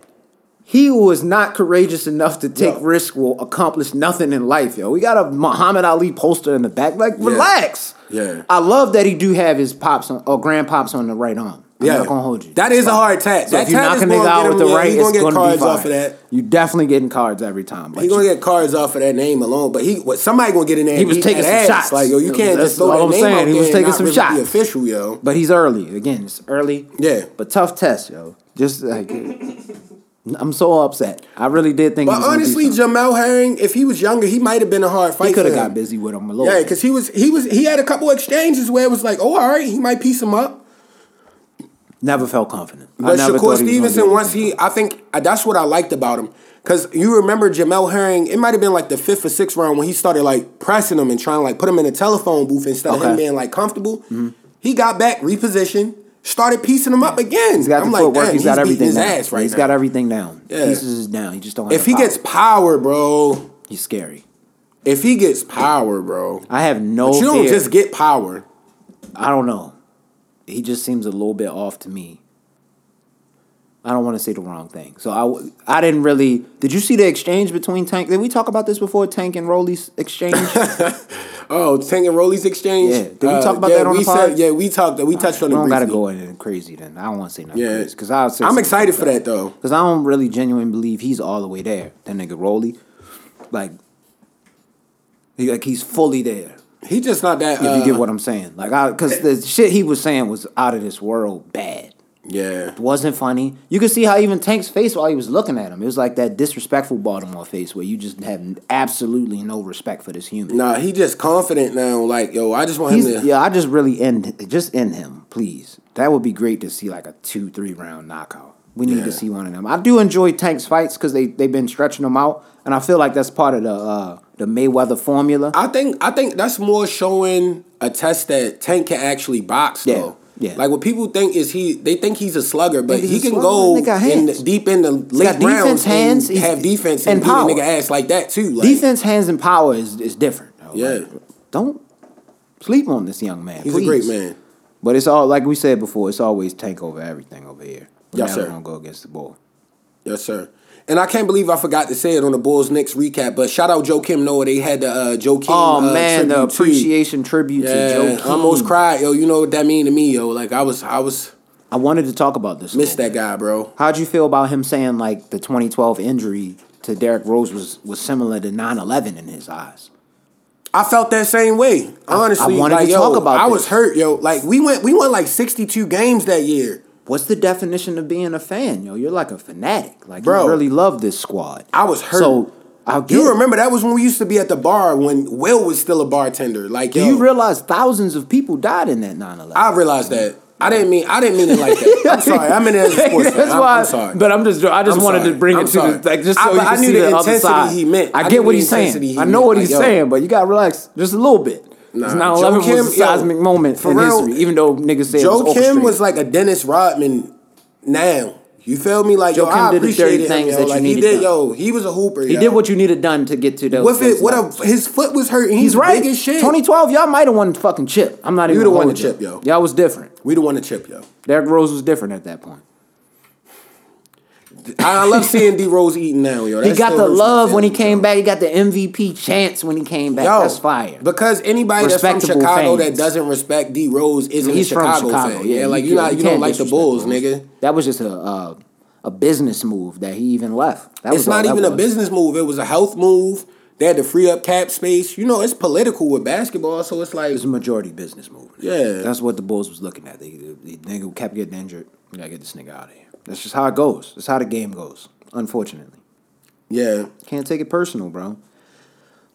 A: He was not courageous enough to take
B: Yo.
A: risk will accomplish nothing in life, yo. We got a Muhammad Ali poster in the back. Like, relax.
B: Yeah.
A: I love that he do have his pops on, or grandpops on the right arm. I'm not gonna hold you.
B: That is a hard tap.
A: So
B: that
A: if you
B: tap
A: knock
B: is
A: a
B: gonna
A: nigga
B: get
A: out
B: him,
A: with the
B: yeah,
A: right,
B: he
A: it's
B: gonna get
A: gonna
B: cards
A: be fine.
B: off of that.
A: You definitely getting cards every time. Like,
B: He gonna get cards off of that name alone, but he what somebody gonna get in there.
A: He
B: and
A: was
B: beat
A: taking
B: that
A: some
B: ass.
A: shots.
B: Like yo, you can't
A: That's
B: just throw
A: all
B: that
A: I'm
B: name
A: saying.
B: out
A: He
B: there
A: was
B: and
A: taking
B: not
A: some
B: really
A: shots.
B: Be official, yo.
A: but he's early again. It's early.
B: Yeah.
A: But tough test, yo. Just like I'm so upset. I really did think. he
B: But
A: was gonna do
B: honestly,
A: something.
B: Jamel Herring, if he was younger, he might have been a hard fight.
A: he could have
B: for him.
A: got busy with him a little.
B: Yeah,
A: bit.
B: because he was he was he had a couple exchanges where it was like, oh, all right, he might piece him up.
A: Never felt confident. I
B: But
A: never
B: Shakur
A: thought he was gonna do
B: Stevenson,
A: it.
B: once he, I think uh, that's what I liked about him. Cause you remember Jamel Herring, it might have been like the fifth or sixth round when he started like pressing him and trying to like put him in a telephone booth instead of him
A: Okay. Mm-hmm.
B: being like comfortable. He got back, repositioned, started piecing him up again.
A: He's got
B: I'm
A: the
B: like,
A: footwork.
B: damn,
A: he's got everything
B: beating
A: down.
B: his ass right
A: He's
B: now.
A: got everything down.
B: Yeah.
A: Pieces is down. He just don't. Have
B: if
A: the
B: he
A: power.
B: gets power, bro,
A: he's scary.
B: If he gets power, bro,
A: I have no
B: but you don't
A: fear.
B: just get power.
A: I don't know. He just seems a little bit off to me. I don't want to say the wrong thing. So I, w- I didn't really. Did you see the exchange between Tank? Did we talk about this before? Tank and Rolly's exchange. we
B: Oh, Tank and Rollies exchange. Uh,
A: Yeah. Did we talk about
B: yeah,
A: that on
B: we
A: the pod?
B: Said, yeah, we talked. We touched on it.
A: don't gotta
B: briefly.
A: go in and crazy then. I don't want to say nothing.
B: Yeah.
A: Yeah, because I'll say
B: I'm
A: something
B: excited for
A: fucked up.
B: that though.
A: Because I don't really genuinely believe he's all the way there. That nigga Rolly, like, he, like he's fully there.
B: He just not that.
A: If
B: uh,
A: you get what I'm saying, like, I because the shit he was saying was out of this world bad.
B: Yeah.
A: Wasn't funny. You could see how even Tank's face while he was looking at him. It was like that disrespectful Baltimore face where you just have absolutely no respect for this human.
B: Nah, he just confident now. Like, yo, I just want him
A: He's,
B: to.
A: yeah, I just really end just end him, please. That would be great to see like a two, three round knockout. We need
B: Yeah.
A: to see one of them. I do enjoy Tank's fights because they they've been stretching them out, and I feel like that's part of the uh, the Mayweather formula.
B: I think I think that's more showing a test that Tank can actually box
A: Yeah,
B: though.
A: yeah.
B: Like what people think is he they think he's a slugger, but
A: Nigga's
B: he
A: a
B: can
A: slugger,
B: go
A: nigga got
B: in the,
A: hands.
B: deep in the late
A: got defense,
B: rounds
A: hands,
B: and
A: he's-
B: have defense
A: and
B: and, beat a
A: power.
B: nigga ass like that too. Like,
A: Defense, hands, and power is is different. though.
B: Yeah.
A: Like, don't sleep on this young man.
B: He's a great
A: please.
B: man.
A: But it's all like we said before. It's always tank over everything over here. We're
B: Yes,
A: never
B: sir.
A: gonna go against the ball.
B: Yes, sir. And I can't believe I forgot to say it on the Bulls Knicks recap, but shout out Joe Kim Noah. They had the uh, Joe Kim.
A: Oh
B: uh,
A: man, the
B: tribute too.
A: appreciation tribute
B: Yeah,
A: to Joe.
B: I almost
A: Keem.
B: cried, yo. You know what that mean to me, yo. Like I was, I was
A: I wanted to talk about this. a
B: missed
A: little
B: that guy, bro.
A: How'd you feel about him saying like the 2012 injury to Derrick Rose was was similar to 9/11 in his eyes?
B: I felt that same way. Honestly,
A: I wanted
B: like,
A: to
B: yo,
A: talk about
B: I
A: this.
B: was hurt, yo. Like we went, we won like sixty two games that year.
A: What's the definition of being a fan? Yo, you're like a fanatic. Like
B: Bro.
A: you really love this squad.
B: I was hurt.
A: So I'll get.
B: You
A: it.
B: remember that was when we used to be at the bar when Will was still a bartender. Like,
A: Do
B: yo,
A: you realize thousands of people died in that 9/11?
B: I realized that. I didn't mean. I didn't mean it like that. I'm sorry. I meant it as a sports fan.
A: That's
B: I'm,
A: why.
B: I'm sorry.
A: But I'm just. I just
B: I'm
A: wanted
B: sorry.
A: to bring
B: I'm
A: it to
B: sorry.
A: the like just
B: I-
A: so
B: but
A: you
B: I
A: can
B: knew
A: see
B: the
A: the, other
B: intensity
A: side.
B: he meant. I
A: I
B: knew
A: get what
B: the
A: he's saying.
B: intensity he
A: I know
B: meant.
A: what
B: Like,
A: he's
B: yo.
A: saying, but you gotta relax just a little bit. Because
B: Nah,
A: 9/11
B: Joe
A: was a
B: Kim- yo,
A: seismic moment
B: for
A: in
B: real,
A: history, even though niggas said it
B: Joe
A: was
B: Kim was
A: orchestrated.
B: like a Dennis Rodman now. You feel me? Like
A: Joe
B: yo,
A: Kim
B: I
A: did the dirty
B: appreciated him,
A: things
B: yo.
A: that you
B: like he
A: needed
B: did,
A: done.
B: yo. He was a hooper.
A: He
B: yo.
A: did what you needed done to get to those.
B: With
A: those
B: it, what
A: levels.
B: a, his foot was hurting. He's,
A: He's right.
B: Big as shit.
A: 2012, y'all might have won the fucking chip. I'm not even.
B: You'd have won
A: gonna hold
B: the
A: you.
B: chip, yo.
A: Y'all was different.
B: We the one to chip, yo.
A: Derrick Rose was different at that point.
B: I, I love seeing D Rose eating now, yo.
A: He
B: That
A: got
B: still
A: the
B: hurts my
A: love when he
B: feelings,
A: came
B: yo.
A: back. He got the MVP chance when he came back.
B: Yo,
A: That's fire.
B: Because anybody that's from
A: Respectable
B: Chicago that
A: fans.
B: doesn't respect D Rose isn't
A: He's
B: a Chicago,
A: from Chicago.
B: fan.
A: Yeah,
B: Yeah, like
A: you
B: you
A: can't-
B: not
A: you
B: you don't
A: can't
B: like the
A: disrespect
B: Bulls,
A: Bulls.
B: nigga.
A: That was just a uh, a business move that he even left. That was
B: It's
A: all
B: not
A: that
B: even a
A: was.
B: business move. It was a health move. They had to free up cap space. You know, it's political with basketball, so it's like
A: It was a majority business move.
B: Yeah.
A: that's what the Bulls was looking at. They, they, they nigga kept getting injured. We gotta get this nigga out of here. That's just how it goes. That's how the game goes. Unfortunately,
B: yeah.
A: can't take it personal, bro.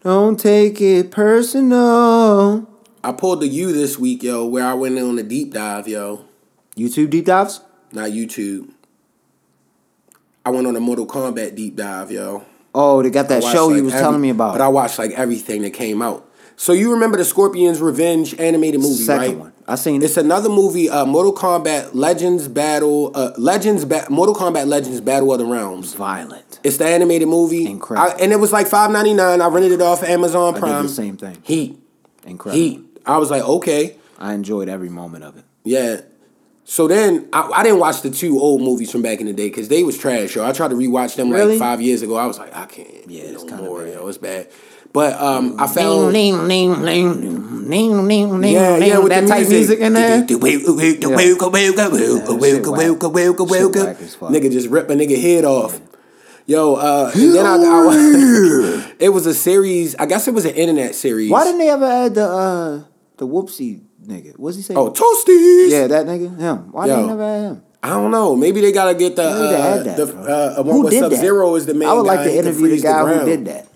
A: Don't take it personal.
B: I pulled the U this week, yo, where I went in on a deep dive, yo.
A: YouTube deep dives.
B: Not YouTube. I went on a Mortal Kombat deep dive, yo.
A: Oh, they got that
B: watched,
A: show
B: like,
A: you was
B: every-
A: telling me about.
B: But I watched like everything that came out. So you remember the Scorpion's Revenge animated movie,
A: Second
B: right?
A: one. I seen it.
B: It's another movie, uh, Mortal Kombat Legends Battle, uh, Legends, ba- Mortal Kombat Legends Battle of the Realms.
A: violent.
B: It's the animated movie,
A: Incredible.
B: I- and it was like five ninety nine. I rented it off Amazon
A: I
B: Prime.
A: did the same thing.
B: Heat,
A: Incredible.
B: heat. I was like, okay,
A: I enjoyed every moment of it.
B: yeah. So then I, I didn't watch the two old movies from back in the day because they was trash. Yo, I tried to rewatch them like
A: Really?
B: five years ago. I was like, I can't.
A: Yeah,
B: Yeah,
A: it's
B: no
A: kinda
B: more.
A: bad.
B: Yo, it's bad. But um, I
A: Ding,
B: found
A: ding, ding, ding, ding, ding, ding, ding,
B: yeah,
A: ding,
B: yeah, with
A: that
B: the
A: type music in there.
B: Nigga just rip a nigga head off. Yo, uh, and then I, I it was a series. I guess it was an internet series.
A: Why didn't they ever add the uh the whoopsie nigga? What's he saying?
B: Oh, Toasties.
A: yeah, that nigga, him. Why
B: Yo.
A: didn't they never add him?
B: I don't know. Maybe they gotta get the
A: They need to
B: uh,
A: add that.
B: the
A: bro.
B: uh, one with
A: did
B: Sub
A: that?
B: Zero is the main.
A: I would
B: guy.
A: like to
B: He can
A: interview the
B: freeze
A: guy who
B: ground.
A: did that.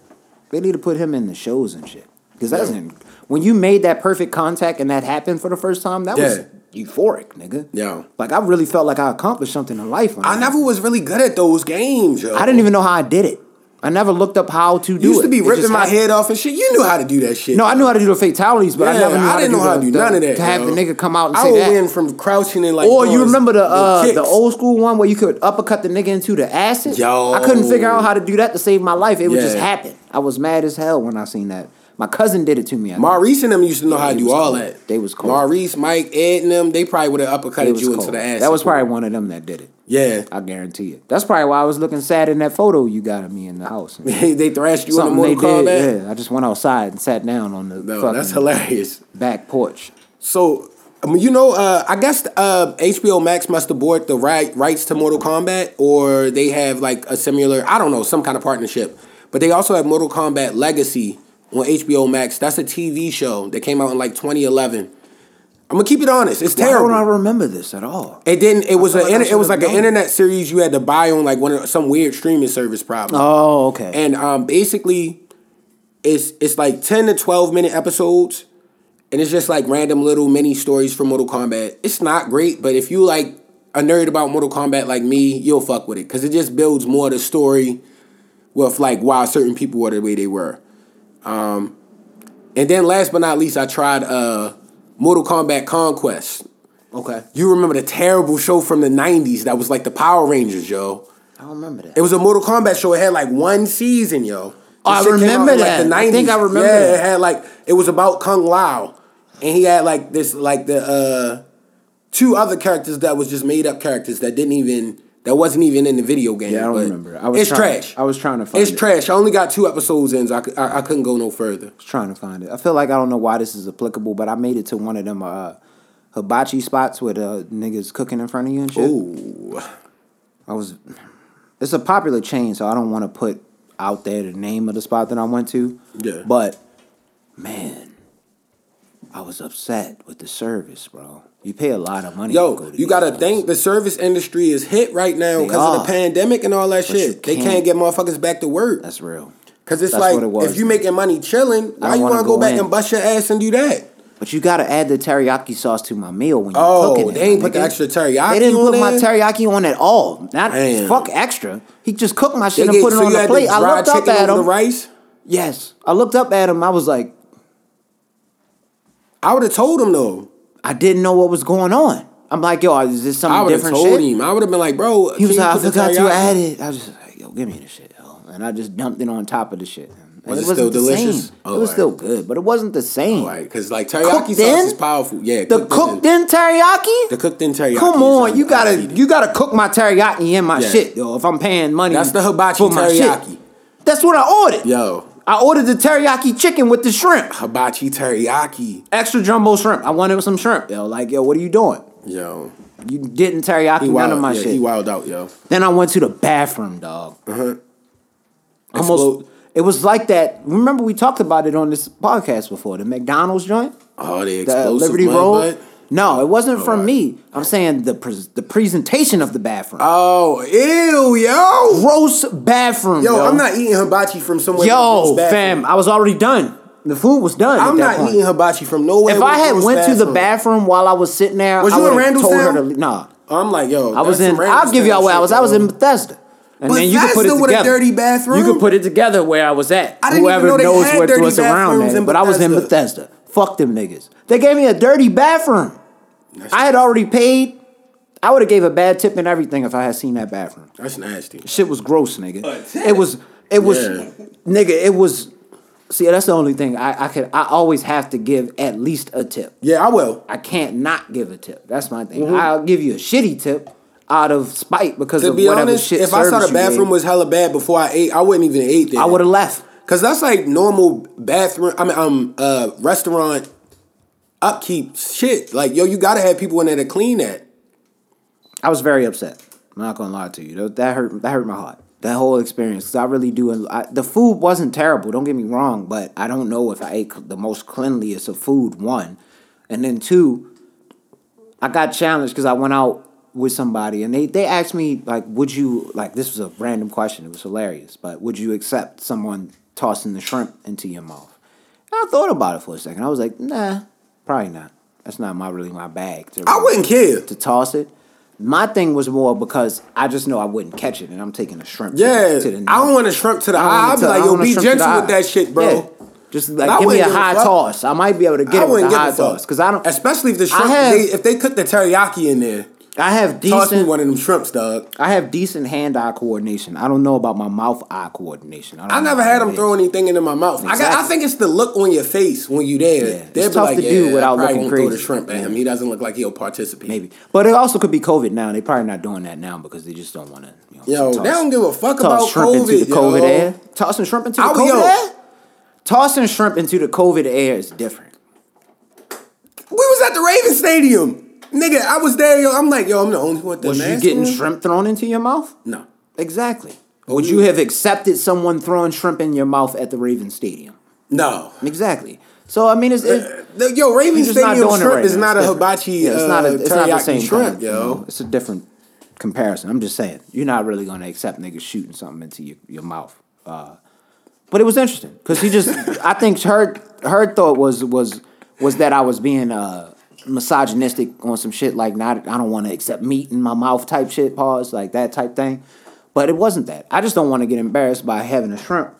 A: They need to put him in the shows and shit because that's in, when you made that perfect contact and that happened for the first time. That was euphoric, nigga.
B: Yo.
A: like I really felt like I accomplished something in life. when
B: I
A: that
B: never was really good at those games. Yo.
A: I didn't even know how I did it. I never looked up how to do it.
B: used to be
A: It
B: ripping
A: just
B: my
A: happened.
B: head off and shit. You knew how to do that shit.
A: No, I knew how to do the fatalities, but I
B: Yeah,
A: never knew
B: I
A: how to
B: didn't
A: do
B: know how to
A: the-
B: do
A: the-
B: none of that.
A: To have
B: yo.
A: the nigga come out and
B: I
A: say
B: would
A: that.
B: win from crouching and like.
A: Or you
B: throwing
A: remember the uh, the
B: kicks.
A: old school one where you could uppercut the nigga into the acid?
B: Yo.
A: I couldn't figure out how to do that to save my life. It would just
B: Yeah.
A: happen. I was mad as hell when I seen that. My cousin did it to me. I think.
B: Maurice and them used to know how to
A: they
B: do
A: was
B: all
A: cold.
B: that.
A: They was cold.
B: Maurice, Mike, Ed, and them. They probably would have
A: It
B: uppercutted
A: was
B: you into
A: cold.
B: the ass.
A: That was probably one of them that did it.
B: yeah.
A: I guarantee it. That's probably why I was looking sad in that photo you got of me in the house.
B: they thrashed you
A: Something
B: on the
A: they
B: Mortal
A: did.
B: Kombat.
A: Yeah, I just went outside and sat down on the
B: No,
A: fucking
B: that's hilarious.
A: back porch.
B: So, I mean, you know, uh, I guess uh, HBO Max must have bought the right rights to Mortal Kombat, or they have like a similar, I don't know, some kind of partnership. But they also have Mortal Kombat Legacy on HBO Max. That's a TV show that came out in like 2011. I'm gonna keep it honest. It's
A: Why
B: terrible.
A: don't I remember this at all?
B: It didn't. It was a.
A: feel like I
B: inter- it was
A: should've
B: like an
A: known.
B: internet series you had to buy on like one of some weird streaming service problem.
A: Oh, okay.
B: And um, basically, it's it's like ten to twelve minute episodes, and it's just like random little mini stories from Mortal Kombat. It's not great, but if you like a nerd about Mortal Kombat like me, you'll fuck with it because it just builds more of the story with like why certain people were the way they were. Um, and then last but not least, I tried uh, Mortal Kombat Conquest.
A: okay.
B: You remember the terrible show from the '90s that was like the Power Rangers, yo.
A: I don't remember that.
B: It was a Mortal Kombat show. It had like one season, yo.
A: Oh,
B: This
A: I
B: shit came out
A: remember
B: in,
A: that. I think I remember
B: Yeah,
A: that.
B: it had like it was about Kung Lao, and he had like this like the uh two other characters that was just made up characters that didn't even that wasn't even in the video game.
A: Yeah, I don't
B: but
A: remember. I was
B: it's
A: trying-
B: trash.
A: I was trying to find
B: it's
A: it.
B: trash. I only got two episodes in. So I, cou- I I couldn't go no further.
A: trying to find it. I feel like I don't know why this is applicable, but I made it to one of them uh, hibachi spots where the niggas cooking in front of you and shit.
B: Ooh,
A: I was. It's a popular chain, so I don't want to put out there the name of the spot that I went to.
B: Yeah.
A: But man, I was upset with the service, bro. You pay a lot of money. to
B: yo,
A: go to
B: you
A: these
B: gotta
A: places.
B: think the service industry is hit right now
A: They
B: because of
A: are.
B: the pandemic and all that
A: But you
B: shit. they
A: can't-
B: can't get motherfuckers back to work.
A: That's real.
B: Cause it's
A: That's
B: like
A: what it was.
B: if you making money chilling,
A: I
B: why
A: don't
B: you
A: wanna
B: wanna go,
A: go
B: back
A: in.
B: and bust your ass and do that?
A: But you gotta add the teriyaki sauce to my meal when you
B: Oh,
A: cook it.
B: they ain't put the
A: nigga.
B: extra teriyaki
A: They didn't
B: on
A: put my
B: there?
A: teriyaki on at all. Not
B: Damn.
A: fuck extra. He just cooked my
B: They
A: shit and
B: get-
A: put it
B: so
A: on
B: you
A: the
B: had
A: plate.
B: the
A: I
B: dried
A: looked up
B: chicken
A: at
B: over the
A: him.
B: rice.
A: Yes, I looked up at him. I was like,
B: I would have told him though.
A: I didn't know what was going on. I'm like, yo, is this
B: I
A: some
B: would have
A: different
B: told
A: shit?
B: him. I would have been like, bro.
A: He
B: can
A: was
B: you
A: like, I
B: put the
A: forgot to
B: teriyaki-
A: add it. I was just like, yo, give me this shit, yo. And I just dumped it on top of the shit. And
B: Was it
A: wasn't
B: still
A: the same.
B: delicious?
A: it
B: Oh,
A: was
B: alright.
A: still good, but it wasn't the same.
B: Right, because like teriyaki
A: Cooked
B: sauce
A: in?
B: is powerful. Yeah,
A: The cooked in teriyaki?
B: The cooked in teriyaki.
A: Come
B: is
A: on, you
B: unbeatable.
A: gotta you gotta cook my teriyaki in my
B: Yeah.
A: shit, yo. If I'm paying money,
B: That's the hibachi
A: for my
B: teriyaki.
A: shit. That's what I ordered.
B: Yo,
A: I ordered the teriyaki chicken with the shrimp,
B: hibachi teriyaki.
A: extra jumbo shrimp. I wanted some shrimp, yo. Like, yo, what are you doing?
B: Yo,
A: You didn't teriyaki
B: he
A: none
B: wild.
A: of my
B: yeah,
A: shit.
B: He wild out, yo. Uh-huh.
A: Then I went to the bathroom, dog. Almost.
B: Explode.
A: It was like that. Remember, we talked about it on this podcast before. The McDonald's joint,
B: Oh, the
A: the
B: explosive
A: Liberty
B: mud
A: Road.
B: butt.
A: No, it wasn't from
B: right.
A: me. I'm saying the pres the presentation of the bathroom.
B: Oh, ew, yo.
A: Gross bathroom.
B: Yo,
A: yo.
B: I'm not eating hibachi from somewhere.
A: Yo,
B: with a gross bathroom.
A: fam, I was already done. The food was done.
B: I'm
A: at that
B: not
A: point.
B: eating hibachi from nowhere.
A: If
B: with
A: I
B: a
A: had
B: gross
A: went to the bathroom while I was sitting there,
B: Was
A: I
B: you in
A: would've
B: Randallstown?
A: told her to. le- Nah,
B: I'm like, yo,
A: I was
B: that's
A: in.
B: some
A: I'll give y'all
B: Randallstown
A: where I was. I was
B: shit,
A: in Bethesda, and then you can put it
B: Bethesda with a
A: together.
B: dirty bathroom?
A: You can put it together where I was at.
B: I didn't even
A: Whoever
B: know they
A: knows
B: had
A: where
B: dirty
A: what's around
B: bathrooms
A: that,
B: in
A: but I was in Bethesda. Fuck them niggas. They gave me a dirty bathroom. I had already paid. I would have gave a bad tip and everything if I had seen that bathroom.
B: bro. That's nasty.
A: Shit was gross, nigga.
D: A tip?
A: It was. It was.
B: Yeah.
A: Nigga, it was. See, that's the only thing I, I could. I always have to give at least a tip.
B: Yeah, I will.
A: I can't not give a tip. That's my thing. I'll give you a shitty tip out of spite because
B: Mm-hmm. To
A: of
B: be
A: whatever
B: honest,
A: shit.
B: if I saw
A: service
B: the
A: you
B: bathroom
A: gave,
B: was hella bad before I ate, I wouldn't even ate there.
A: I would have left.
B: Cause that's like normal bathroom. I mean, um, uh, restaurant upkeep shit. Like, yo, you gotta have people in there to clean that.
A: I was very upset. I'm not gonna lie to you. That- That hurt. That hurt my heart. That whole experience. 'Cause I really do. I, the food wasn't terrible. Don't get me wrong, but I don't know if I ate the most cleanliest of food. One, and then two, I got challenged because I went out with somebody and they they asked me like, would you like? This was a random question. It was hilarious, but would you accept someone tossing the shrimp into your mouth? And I thought about it for a second. I was like, nah, probably not. That's not my really my bag. to-
B: I wouldn't care.
A: to toss it. My thing was more because I just know I wouldn't catch it, and I'm taking a shrimp. to-
B: Yeah,
A: to the
B: I don't want to shrimp to the eye.
A: I
B: I'll
A: don't
B: be like, yo,
A: wanna tell- I
B: be
A: don't wanna
B: gentle
A: shrimp
B: with
A: to the eye.
B: that shit, bro.
A: Yeah. Just like
B: I
A: give me
B: wouldn't
A: a
B: give a
A: high
B: fuck.
A: toss. I might be able to get
B: I
A: it with a
B: wouldn't give
A: high
B: a fuck.
A: toss because I don't.
B: Especially if the
A: I
B: shrimp,
A: have-
B: they, if they cook the teriyaki in there.
A: I have
B: Toss me
A: decent.
B: one of them shrimps, dog.
A: I have decent hand-eye coordination. I don't know about my mouth-eye coordination. don't
B: I
A: know
B: never
A: how
B: had
A: that
B: them
A: is.
B: throw anything into my mouth. I got. I
A: Oh, Exactly.
B: think it's the look on your face when you there.
A: Yeah.
B: They'll
A: It's
B: be
A: tough
B: like,
A: to do
B: yeah, I
A: without
B: probably
A: looking
B: won't Throw the
A: crazy.
B: shrimp at him. He doesn't look like he'll participate.
A: Maybe, but it also could be COVID now. They probably not doing that now because they just don't want to. You know,
B: Yo,
A: toss-
B: they don't give a fuck about
A: toss shrimp
B: COVID.
A: into the COVID
B: yo.
A: air. Tossing shrimp into the
B: I-
A: COVID
B: yo.
A: air. Tossing shrimp into the COVID air is different.
B: We was at the Raven Stadium, nigga. I was there. Yo, I'm like, yo, I'm the only one. with the
A: Was you
B: mask
A: getting
B: on.
A: shrimp thrown into your mouth?
B: No.
A: Exactly.
B: Oh,
A: Would you have accepted someone throwing shrimp in your mouth at the Raven Stadium?
B: No.
A: Exactly. So I mean, it's, it's
B: The- Yo, Raven
A: You're just not
B: Stadium
A: doing it
B: shrimp
A: right
B: is
A: now.
B: not a
A: It's different.
B: hibachi.
A: Yeah, it's not.
B: uh,
A: A, it's not the
B: teriyaki
A: same
B: shrimp,
A: thing, you
B: yo.
A: know? It's a different comparison. I'm just saying, you're not really gonna accept niggas shooting something into your, your mouth. Uh, but it was interesting because he just. I think her her thought was was was that I was being uh, misogynistic on some shit like not I don't want to accept meat in my mouth type shit. Pause like that type thing. But it wasn't that. I just don't want to get embarrassed by having a shrimp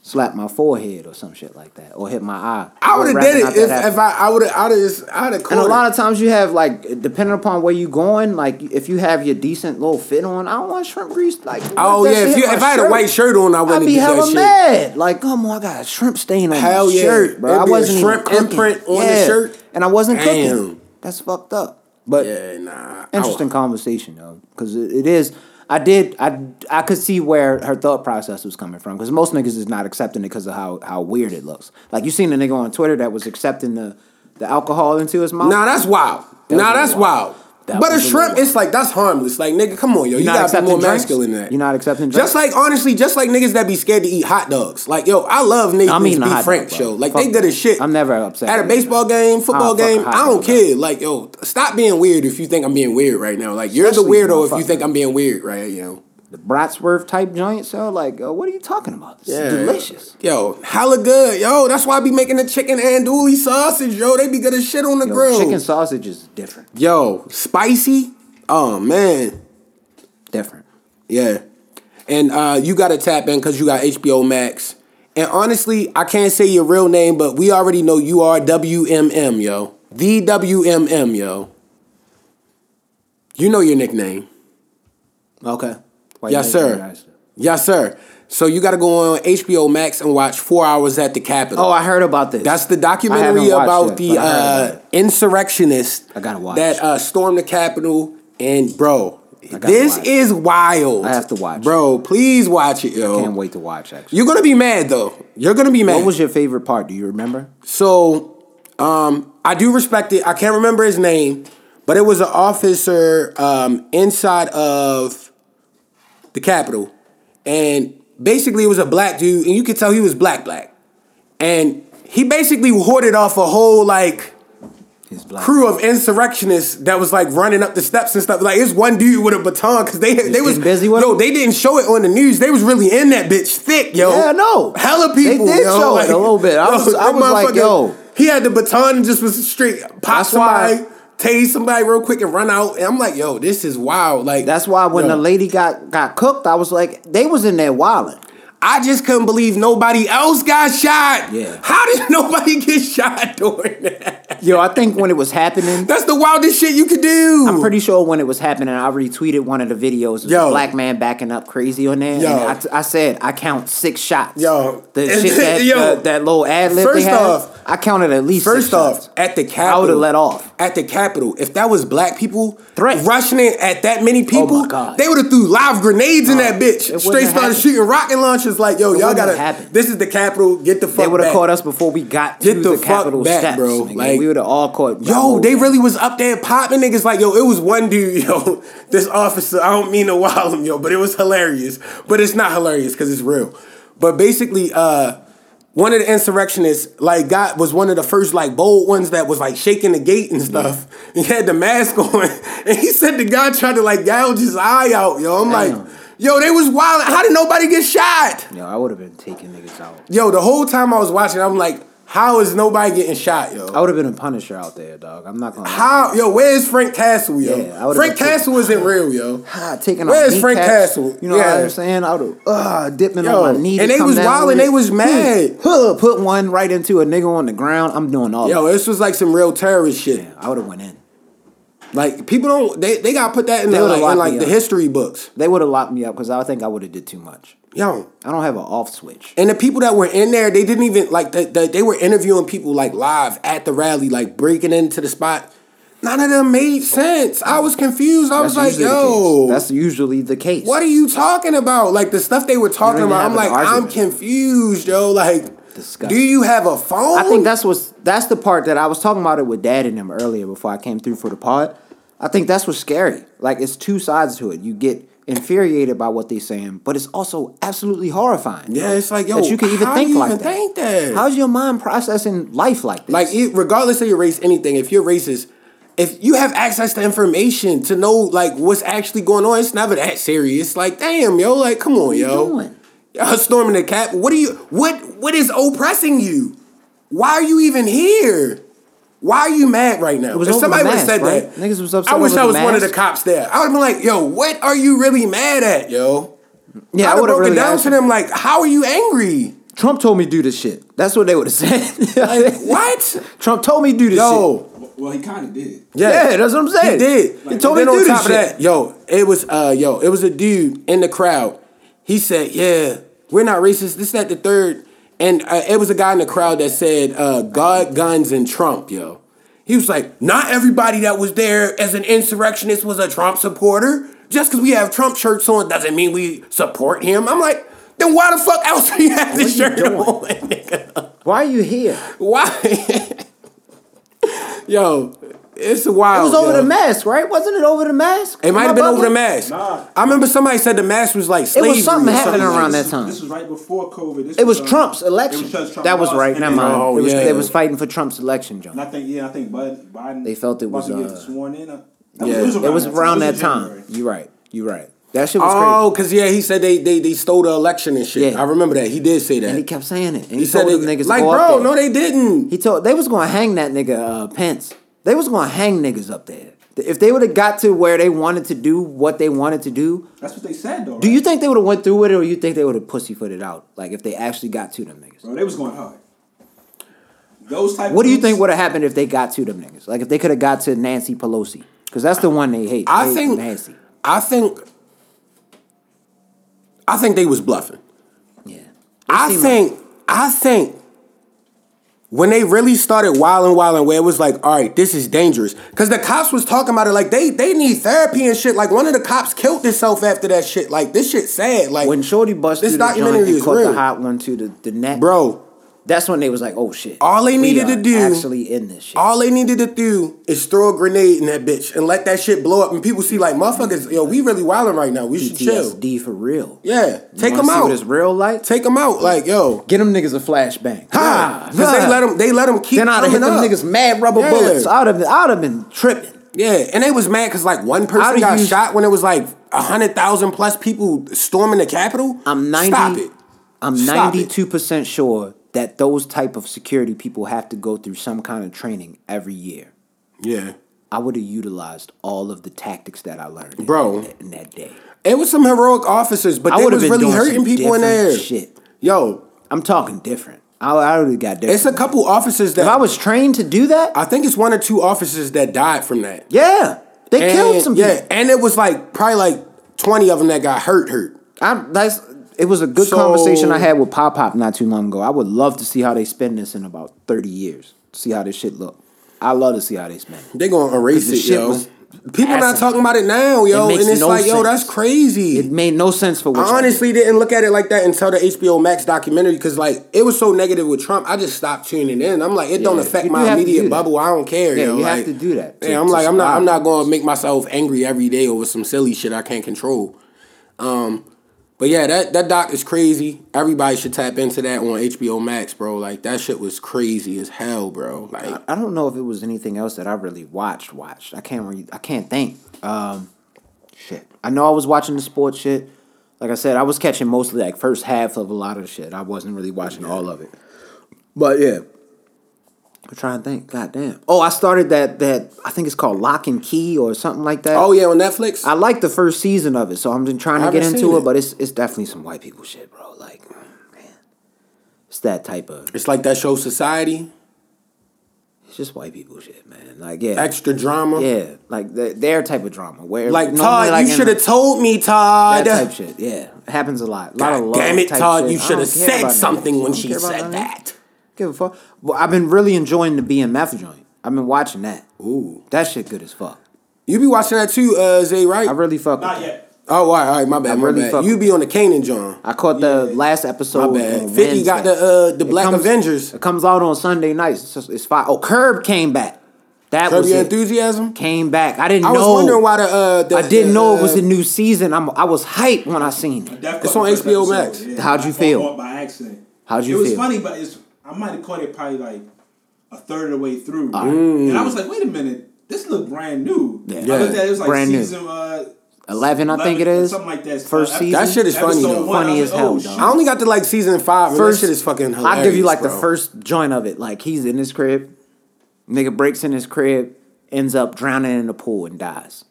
A: slap my forehead or some shit like that or hit my eye.
B: I would have
A: rather
B: did it
A: not that
B: if,
A: happen.
B: if I I would have I would have I would have
A: And a lot of times you have like, depending upon where you going, like if you have your decent little fit on, I don't want shrimp grease. Like,
B: Oh,
A: that
B: yeah,
A: shit
B: if
A: hit
B: you-
A: my
B: if I had a white shirt on, I wouldn't
A: I'd be
B: get that
A: hella
B: shit.
A: mad. Like, come on, I got a shrimp stain on
B: Hell
A: my
B: yeah.
A: shirt, bro.
B: It'd
A: I
B: be a
A: wasn't even
B: shrimp
A: cooking.
B: imprint on the
A: Yeah.
B: shirt.
A: and I wasn't
B: Damn.
A: cooking. That's fucked up. But
B: yeah, nah. I
A: interesting
B: would-
A: conversation though, because it, it is. I did. I I could see where her thought process was coming from, because most niggas is not accepting it because of how how weird it looks. Like you seen a nigga on Twitter that was accepting the the alcohol into his mouth.
B: Nah, that's wild.
A: That
B: nah,
A: was
B: that's
A: wild.
B: wild.
A: That
B: but a
A: was a
B: shrimp,
A: little
B: it's like that's harmless. Like nigga, come on, yo, you
A: not
B: gotta be
A: accepting
B: more
A: drinks?
B: masculine than that.
A: You're not accepting
B: Just
A: drinks?
B: like honestly, just like niggas that be scared to eat hot dogs. Like yo, I love niggas
A: I'm eating a
B: be
A: hot
B: Frank
A: dog, bro.
B: show. Like
A: Fuck
B: they good
A: that.
B: as shit.
A: I'm never upset
B: at a
A: with it.
B: baseball game,
A: I'll
B: football
A: fuck a
B: game.
A: hot
B: I don't
A: dog, bro.
B: care. Like yo, stop being weird if you think I'm being weird right now. Like you're the
A: Especially
B: weirdo if you
A: motherfucker.
B: think I'm being weird right now.
A: the Bratsworth type joint. So like, uh, what are you talking about? This is delicious.
B: Yo, hella good. Yo, that's why I be making the chicken andouille sausage, yo. They be good as shit on the
A: Yo,
B: grill.
A: chicken sausage is different.
B: Yo, spicy? Oh man.
A: Different.
B: Yeah. And uh you gotta tap in cause you got HBO Max. And honestly, I can't say your real name, but we already know you are WMM, yo. The WMM, yo. You know your nickname.
A: Okay. Why
B: Yes,
A: you
B: sir.
A: guys-
B: Yes, sir. So you gotta go on HBO Max and watch four hours at the Capitol.
A: Oh, I heard about this.
B: That's the
A: I haven't
B: documentary
A: watched
B: about
A: it,
B: the
A: but I heard
B: uh,
A: about it.
B: insurrectionist
A: I gotta watch.
B: that uh, stormed the Capitol. And bro,
A: gotta
B: this
A: watch.
B: is wild.
A: I have to watch.
B: bro. Please watch it, yo.
A: Can't wait to watch. Actually,
B: You're gonna be mad though. You're gonna be mad.
A: uh, what was your favorite part? Do you remember?
B: So, um, I do respect it. I can't remember his name, but it was an officer um, inside of the Capitol, and basically it was a black dude, and you could tell he was black black, and he basically hoarded off a whole like
A: His black.
B: crew of insurrectionists that was like running up the steps and stuff. Like it's one dude with a baton because they they was
A: getting busy with
B: yo.
A: it?
B: They didn't show it on the news. They was really in that bitch thick, yo.
A: Yeah, I know.
B: Hella
A: They
B: people.
A: did
B: yo.
A: show it a little bit. I was- I
B: that
A: was like,
B: motherfucker-
A: yo.
B: He had the baton and just was straight pop
A: That's why-
B: somebody, tase somebody real quick and run out. And I'm like, yo, this is wild. Like
A: That's why when
B: yo.
A: the lady got got cooked, I was like, they was in there wilding.
B: I just couldn't believe nobody else got shot.
A: Yeah.
B: How did nobody get shot during that?
A: Yo, I think when it was happening.
B: That's the wildest shit you could do.
A: I'm pretty sure when it was happening, I retweeted one of the videos. It was a
B: Yo.
A: black man backing up crazy on there.
B: Yo.
A: And I, t- I said, I count six shots.
B: Yo.
A: The shit that,
B: Yo.
A: that- that little ad lib they
B: First
A: had,
B: off-
A: I counted at least
B: First
A: six
B: off,
A: shots.
B: at the Capitol,
A: I would've let off.
B: At the Capitol, if that was black people
A: Threat.
B: rushing in at that many people,
A: Oh God.
B: they would have threw live grenades in that bitch.
A: it wouldn't
B: Straight
A: have
B: started
A: happened.
B: shooting rocket launchers. Like, yo, y'all
A: wouldn't have
B: gotta.
A: happened.
B: This is the Capitol. Get the fuck.
A: they would have
B: back.
A: caught us before we got
B: Get
A: to
B: the
A: the,
B: fuck
A: Capitol
B: back,
A: steps,
B: bro.
A: nigga.
B: Like-
A: we would have all caught.
B: Yo, they really was up there popping niggas like, yo, it was one dude, yo, this officer, I don't mean to wild him, yo, but it was hilarious. But it's not hilarious because it's real. But basically, uh, one of the insurrectionists, like, got was one of the first, like, bold ones that was, like, shaking the gate and stuff. He had the mask on. And he said the guy tried to, like, gouge his eye out, yo. I'm
A: Damn.
B: like, yo, they was wild. How did nobody get shot?
A: Yo, I would have been taking niggas out.
B: Yo, the whole time I was watching, I'm like, How is nobody getting shot, yo?
A: I would have been a Punisher out there, dog. I'm not gonna.
B: How yo? Where's Frank Castle, yo?
A: Yeah, I would've
B: Frank
A: been-
B: Castle isn't real, yo.
A: Ah, taking out
B: Where's
A: knee
B: Frank
A: taps.
B: Castle?
A: You know
B: Yeah.
A: what I'm saying? I would have uh, dipping
B: Yo,
A: on my knee. to
B: and they
A: come
B: was
A: down
B: wild and
A: with
B: they
A: it.
B: was mad.
A: Huh, put one right into a nigga on the ground. I'm doing all.
B: Yo,
A: Yo,
B: this was like some real terrorist shit.
A: I would have went in.
B: Like people don't they they gotta put that in
A: They
B: the,
A: would've
B: like, in,
A: locked
B: like
A: me
B: the
A: up.
B: history books.
A: They would have locked me up because I think I would have did too much.
B: Yo.
A: I don't have an off switch.
B: And the people that were in there, they didn't even like the, the, they were interviewing people like live at the rally, like breaking into the spot. None of them made sense. I was confused. I was like,
A: usually the
B: yo,
A: case. that's usually the case.
B: what are you talking about? Like the stuff they were talking
A: even
B: about. I'm
A: have an
B: like, I'm
A: argument.
B: confused, yo. Like,
A: Disgusting.
B: do you have a phone?
A: I think that's what's that's the part that I was talking about it with Dad and him earlier before I came through for the pod. I think that's what's scary. Like it's two sides to it. You get infuriated by what they're saying, but it's also absolutely horrifying.
B: Yeah, it's like, yo,
A: that you can even
B: how
A: think
B: you
A: like
B: even
A: that.
B: think that?
A: How's your mind processing life like this?
B: Like, it, regardless of your race, anything, if you're racist, if you have access to information to know like what's actually going on, it's never that serious. Like, damn, yo, like, come on,
A: what are you
B: yo.
A: doing?
B: Y'all storming the cap. What are you? What? What is oppressing you? Why are you even here? Why are you mad right now?
A: was
B: if
A: over the
B: somebody would have
A: mask,
B: said
A: right?
B: that,
A: Niggas was upset
B: I wish
A: over
B: I
A: the
B: was one of the
A: mask.
B: cops there. I would have been like, "Yo, what are you really mad at, yo?"
A: Yeah,
B: I'd have
A: would've
B: broke it down
A: asked
B: to
A: them.
B: them like, "How are you angry?
A: Trump told me to do this shit. That's what they would have said.
B: Like, what?
A: Trump told me to do this shit.
B: Yo,
D: Well, he kind of did.
A: Yeah, that's what I'm saying.
B: He did.
A: He told me
B: And
A: to
B: then
A: do
B: on
A: this
B: top of
A: shit.
B: that, yo, it was uh, yo, it was a dude in the crowd. He said, "Yeah, we're not racist." This, that, the third, and uh, it was a guy in the crowd that said, uh, "God, guns, and Trump." Yo, he was like, "Not everybody that was there as an insurrectionist was a Trump supporter. Just because we have Trump shirts on doesn't mean we support him." I'm like. Then why the fuck else do you have this
A: What are
B: shirt
A: you doing?
B: on, nigga?
A: Why are you here?
B: Why? yo, it's
A: It
B: wild.
A: was over
B: yo.
A: the mask, right? Wasn't it over the mask?
B: It might
A: Am I
B: have been over the
A: bugging?
B: mask.
D: Nah.
B: I remember somebody said the mask was like
A: It
B: slavery.
A: was something
B: or
A: happening
B: something.
A: around
D: This
A: that
D: is-
A: time.
D: This was right before COVID. This
A: It was
D: um,
A: Trump's uh,
D: it was
A: election.
D: just Trump
A: that was
D: lost,
A: right.
D: and
A: Never
D: then-
A: mind.
B: Oh,
A: it was,
B: yeah.
A: They was fighting for Trump's election,
D: And I
A: John.
D: think yeah, I think Bud- Biden.
A: They felt it
D: about to
A: was,
D: get
A: uh,
D: sworn in. uh,
B: yeah.
A: It was around that
D: in January.
A: time. You right. You right. That shit was
B: Oh, because yeah, he said they, they they stole the election and shit.
A: Yeah.
B: I remember that. He did say that.
A: crazy. And he kept saying it. And he,
B: He
A: told
B: said
A: them
B: they,
A: niggas
B: like,
A: to go up
B: bro,
A: there.
B: no, they didn't.
A: He told they was gonna hang that nigga uh, Pence. They was gonna hang niggas up there. If they would have got to where they wanted to do what they wanted to do,
D: That's what they said though.
A: do
D: right?
A: you think they would have went through with it, or you think they would have pussyfooted out? Like if they actually got to them niggas.
D: Bro, they was going hard. Those type.
A: What do you
D: groups-
A: think would have happened if they got to them niggas? Like if they could have got to Nancy Pelosi, because that's the one they hate. They
B: I
A: hate
B: think.
A: Nancy.
B: I think. I think they was bluffing.
A: Yeah.
B: I
A: seem
B: think. I think. When they really started wilding, wilding, where it was like, all right, this is dangerous, because the cops was talking about it like they they need therapy and shit. Like one of the cops killed himself after that shit. Like this shit sad. Like
A: When Shorty busted
B: This
A: the joint
B: documentary
A: and
B: is
A: caught
B: real.
A: the hot one to the, the neck,
B: bro.
A: that's when they was like, "Oh shit!"
B: All they
A: we
B: needed
A: are
B: to do-
A: actually in this shit.
B: All they needed to do is throw a grenade in that bitch and let that shit blow up, and people see like motherfuckers. Yo, we really wilding right now. We should chill.
A: PTSD for real.
B: Yeah,
A: You
B: take
A: wanna
B: them
A: see What it's
B: out.
A: real like?
B: Take them out. Like yo,
A: Get them niggas a flashbang.
B: ha. Because they let them. They let them keep
A: Then I'd have hit
B: coming
A: them
B: up.
A: niggas mad rubber
B: Yeah.
A: bullets. I'd have I'd have been tripping.
B: Yeah, and they was mad because like one person
A: Outta
B: got
A: you-
B: shot when it was like hundred thousand plus people storming the Capitol.
A: I'm ninety.
B: Stop it.
A: I'm
B: Stop it.
A: ninety two percent sure that those type of security people have to go through some kind of training every year.
B: Yeah.
A: I would have utilized all of the tactics that I learned, in-
B: Bro.
A: in, that day.
B: It was some heroic officers, but
A: I
B: they
A: would have
B: was
A: been
B: really
A: doing
B: hurting
A: some
B: people in
A: different
B: there.
A: Shit,
B: Yo,
A: I'm talking different. I, I would have got different.
B: it's a couple officers that
A: if I was trained to do that,
B: I think it's one or two officers that died from that.
A: yeah, they
B: And-
A: killed some
B: Yeah,
A: people.
B: and it was like probably like twenty of them that got hurt. Hurt.
A: I, that's it was a good
B: So-
A: conversation I had with Pop Pop not too long ago. I would love to see how they spend this in about thirty years. See how this shit look. I love to see how they spend. it.
B: They gonna erase
A: The
B: it,
A: shit
B: yo.
A: was
B: People not
A: asinine.
B: talking about it now, yo,
A: It makes
B: and it's
A: no
B: like, yo,
A: sense.
B: that's crazy.
A: It made no sense for what y'all
B: I
A: did.
B: honestly didn't look at it like that until the HBO Max documentary because like it was so negative with Trump, I just stopped tuning in. I'm like, it don't
A: Yeah.
B: affect
A: You do
B: my
A: have to do
B: immediate
A: that.
B: bubble. I don't care.
A: Yeah,
B: yo.
A: you have
B: like-
A: to do that to-
B: yeah, I'm
A: to
B: like, I'm not,
A: survive.
B: I'm not gonna make myself angry every day over some silly shit I can't control. Um, but yeah, that that doc is crazy. Everybody should tap into that on HBO Max, bro. Like that shit was crazy as hell, bro. Like
A: I don't know if it was anything else that I really watched. Watched. I can't. Re- I can't think. Um, shit. I know I was watching the sports shit. Like I said, I was catching mostly like first half of a lot of shit. I wasn't really watching all of it. But yeah, I'm trying to think. God damn. Oh, I started that that I think it's called Lock and Key or something like that.
B: Oh yeah, on Netflix.
A: I like the first season of it, so I'm just trying
B: I
A: to get
B: haven't
A: into
B: seen
A: it,
B: it.
A: But it's it's definitely some white people shit, bro. Like, man, it's that type of.
B: it's like that show Society,
A: It's just white people shit, man. Like, yeah,
B: extra drama.
A: yeah, like the, their type of drama. Where
B: Like
A: normally,
B: Todd,
A: like,
B: you
A: in
B: should have told me, Todd.
A: that type shit. Yeah, it happens a lot. A lot of
B: God
A: love
B: damn it,
A: type
B: Todd!
A: shit.
B: You
A: I
B: should have
A: don't
B: said
A: care about none of that
B: something
A: shit.
B: when
A: I don't
B: she
A: care about none
B: said
A: of
B: that.
A: Give a fuck. Well, I've been really enjoying the BMF joint. I've been watching that.
B: Ooh,
A: That shit good as fuck.
B: you be watching that too, uh, Zay, right?
A: I really fuck. with
D: Not
A: that.
D: yet.
B: oh, all right, all right, my bad,
A: I'm
B: my
A: really
B: bad.
A: fucking-
B: You be on the Kanan John.
A: I caught the last episode.
B: My bad.
A: on
B: 50 got
A: Wednesday.
B: the, uh, the Black
A: it comes,
B: Avengers.
A: It comes out on Sunday nights. It's, just, it's fire. Oh, Curb came back. That
B: Curb
A: was
B: your
A: it.
B: enthusiasm.
A: Came back. I didn't
B: I
A: know.
B: was wondering why the, uh, the
A: I didn't
B: the,
A: know it was
B: uh,
A: a new season. I'm, I was hyped when I seen it.
D: Def
B: It's
D: caught
B: on
D: the first
B: HBO
D: episode,
B: Max.
A: How'd you
D: I
A: feel?
D: caught By accident.
A: How'd you
D: It was
A: feel?
D: funny, but it's I might have caught it probably like a third of the way through, and I was like, wait a minute, this look brand new.
A: Ah. Mm. Yeah.
D: I looked at it, it was like
A: Brand new.
D: season. Uh,
A: 11, I think it
D: 11,
A: is.
D: something like that.
A: First
D: Uh,
A: season.
B: That shit is funny,
D: episode
B: though.
D: one, I
A: Funny
D: was
A: as
D: like,
A: hell,
D: oh,
A: though.
D: shit.
B: I only got to like season five. and that shit is fucking hilarious.
A: I'll give you like the
B: bro.
A: first joint of it. Like he's in his crib, nigga breaks in his crib, ends up drowning in the pool and dies.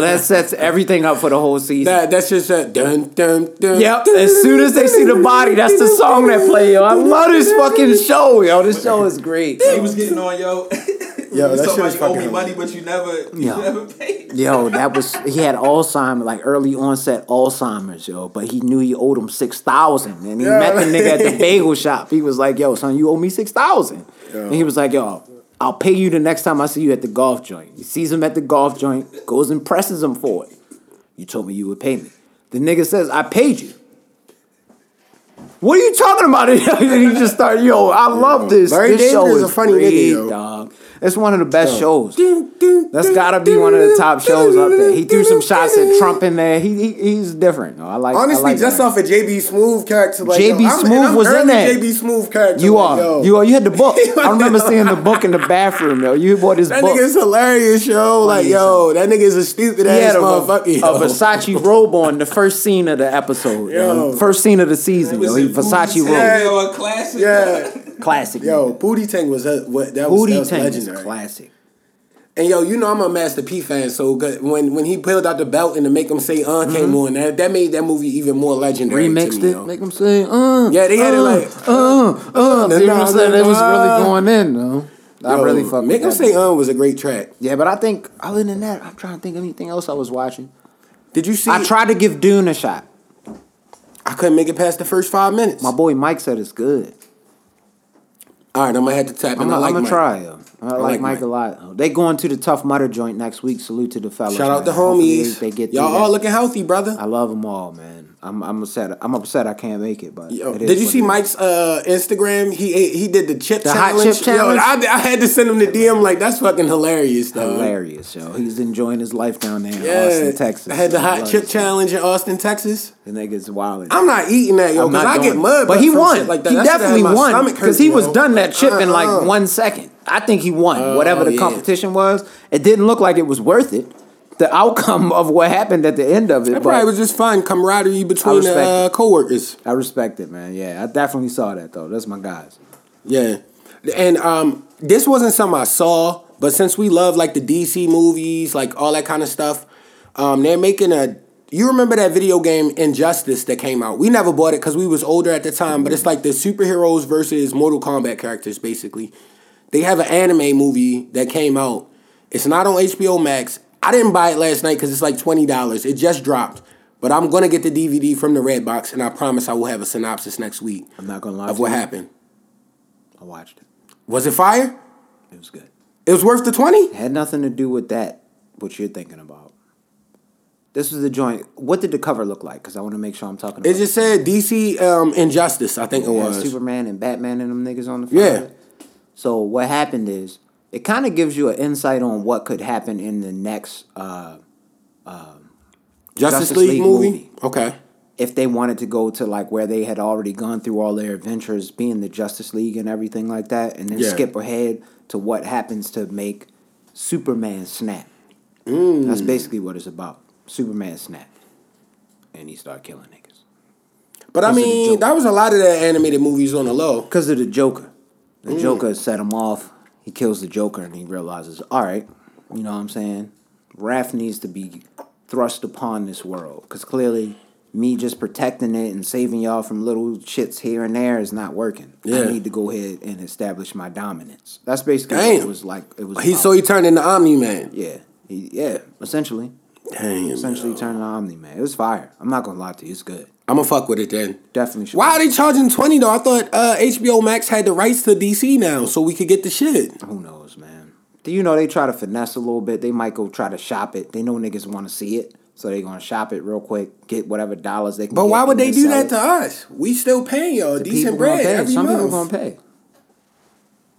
A: that sets everything up for the whole season.
B: That that's just that dun dun dun.
A: Yep. As soon as they see the body, that's the song that play, yo. I love this fucking show, yo. This show is great.
D: He was getting on yo.
B: Yo, that shit
D: Somebody
B: was fucking
D: owe me
B: hilarious.
D: money, but you never, you
A: Yeah.
D: never paid.
A: Yo, that was he had Alzheimer's, like early onset Alzheimer's, yo. But he knew he owed him six thousand, and he met the nigga at the bagel shop. He was like, "Yo, son, you owe me six thousand. And he was like, "Yo, I'll pay you the next time I see you at the golf joint." He sees him at the golf joint, goes and presses him for it. You told me you would pay me. The nigga says, "I paid you." What are you talking about? and he just started, yo, I love this.
B: Larry
A: this show
B: David
A: is
B: is a funny nigga,
A: great,
B: yo.
A: dog. It's one of the best shows.
B: Dun,
A: That's
B: dun,
A: gotta be
B: dun,
A: one of the
B: dun,
A: top
B: dun,
A: shows up there. He
B: dun,
A: threw
B: dun,
A: some shots
B: dun,
A: at
B: dun.
A: Trump in there. He, he he's different. though. I like. I
B: Honestly,
A: like
B: just
A: that.
B: off of JB Smooth character, like
A: JB
B: yo, I'm- and
A: Smoove
B: I'm
A: was
B: early
A: in that.
B: JB Smooth character,
A: You
B: like,
A: are.
B: yo.
A: You are. You had the book. I remember seeing the book in the bathroom. Yo, you bought this
B: That
A: book.
B: nigga is hilarious, yo. Like,
A: as
B: yo, that nigga is a stupid
A: he
B: ass
A: had a,
B: motherfucker.
A: a
B: yo.
A: Versace robe on the first scene of the episode. Yo.
B: Yo.
A: First scene of the season. Yo,
D: Was
A: he
D: it
A: Versace
D: Booty
A: robe.
B: Yeah.
D: Tank or a classic?
B: Yeah.
A: Classic.
B: Yo,
A: nigga.
B: Booty Tank was uh, what that was, that
A: Booty
B: was
A: Tank is
B: legendary.
A: classic.
B: And yo, you know I'm a Master P fan, so good. when when he peeled out the belt and to make him say uh came on, that, that made that movie even more legendary. to
A: Mm-hmm. Remixed
B: me,
A: it.
B: yo.
A: Make him say, uh.
B: Yeah, they had it
A: uh,
B: like,
A: uh, uh. You know what I'm saying? They was
B: uh,
A: really going in, though. I
B: Yo,
A: really fuck with
B: Make him
A: that
B: say uh was a great track.
A: Yeah, but I think other than that, I'm trying to think of anything else I was watching.
B: Did you see?
A: I tried to give Dune a shot.
B: I couldn't make it past the first five minutes.
A: My boy Mike said it's good.
B: All right, I'm gonna have to tap. in.
A: I'm
B: I
A: gonna
B: like
A: I'm
B: Mike.
A: try him. I, like,
B: like
A: Mike a lot. They going to the Tough Mudder joint next week. Salute to the fellas.
B: Shout out
A: man.
B: the
A: Hopefully
B: homies.
A: They, they get
B: Y'all
A: through
B: all
A: that.
B: looking healthy, brother.
A: I love them all, man. I'm I'm upset. I'm upset I can't make it, but
B: Yo,
A: it is
B: did you
A: what
B: see
A: it is.
B: Mike's uh, Instagram? He ate, he did the chip
A: The hot
B: challenge.
A: chip challenge?
B: Yo, I, I had to send him the DM like that's fucking hilarious though.
A: Hilarious, yo. He's enjoying his life down there in
B: uh, Yeah,
A: Austin, Texas.
B: I had the
A: I
B: hot
A: love
B: chip
A: it.
B: challenge in Austin, Texas.
A: The nigga's wild.
B: I'm not eating that, yo,
A: I'm
B: because
A: not
B: Oh, I get
A: doing it.
B: mud.
A: But
B: butt
A: he
B: from
A: won.
B: shit Like that.
A: he
B: That shit had
A: definitely
B: my
A: won
B: stomach hurt,
A: because he was
B: yo.
A: done that chip in like
B: Uh-uh. Uh,
A: one second. I think he won whatever the
B: yeah.
A: competition was. It didn't look like it was worth it. The outcome of what happened at the end of it,
B: That
A: but
B: probably was just fun camaraderie between the
A: respect
B: uh,
A: it.
B: coworkers.
A: I respect it, man. Yeah, I definitely saw that though. That's my guys.
B: Yeah, and um, this wasn't something I saw, but since we love like the DC movies, like all that kind of stuff, um, they're making a. You remember that video game Injustice that came out? We never bought it because we was older at the time, but it's like the superheroes versus Mortal Kombat characters, basically. They have an anime movie that came out. It's not on HBO Max. I didn't buy it last night because it's like twenty dollars. It just dropped, but I'm gonna get the DVD from the Red Box, and I promise I will have a synopsis next week
A: I'm not gonna lie.
B: of
A: to
B: what
A: you.
B: happened.
A: I watched it.
B: Was it fire?
A: It was good.
B: It was worth the 20?
A: It had nothing to do with that. What you're thinking about? This was the joint. What did the cover look like? Because I want to make sure I'm talking. About
B: It just said DC um, Injustice, I think it
A: it had
B: was.
A: Superman and Batman and them niggas on the front. of
B: Yeah.
A: it. So what happened is it kind of gives you an insight on what could happen in the next uh,
B: Justice,
A: Justice
B: League,
A: League
B: movie?
A: movie.
B: Okay.
A: if they wanted to go to like where they had already gone through all their adventures, being the Justice League and everything like that, and then
B: Yeah.
A: skip ahead to what happens to make Superman snap. That's basically what it's about. Superman snap, and he start killing niggas
B: But I
A: Those are the
B: mean,
A: Joker.
B: that was a lot of the animated movies on the low.
A: because of the Joker. The Joker set him off. He kills the Joker and he realizes, all right, you know what I'm saying? Wrath needs to be thrust upon this world because clearly me just protecting it and saving y'all from little shits here and there is not working.
B: Yeah.
A: I need to go ahead and establish my dominance. That's basically what
B: Damn.
A: it was like. It was
B: He
A: about.
B: so he turned into Omni Man.
A: yeah, he, yeah, essentially,
B: Damn.
A: essentially turning Omni Man. It was fire. I'm not gonna lie to you, it's good.
B: I'ma fuck with it then.
A: Definitely. Should
B: Why are they charging twenty though? I thought uh, HBO Max had the rights to DC now, so we could get the shit.
A: Who knows, man? Do you know they try to finesse a little bit? They might go try to shop it. They know niggas want to see it, so they gonna shop it real quick, get whatever dollars they can.
B: But
A: get
B: why would
A: and
B: they
A: then
B: do
A: sell
B: that
A: it.
B: to us? We still paying y'all
A: The
B: decent
A: people gonna
B: bread
A: pay.
B: every
A: Some
B: month.
A: people gonna pay.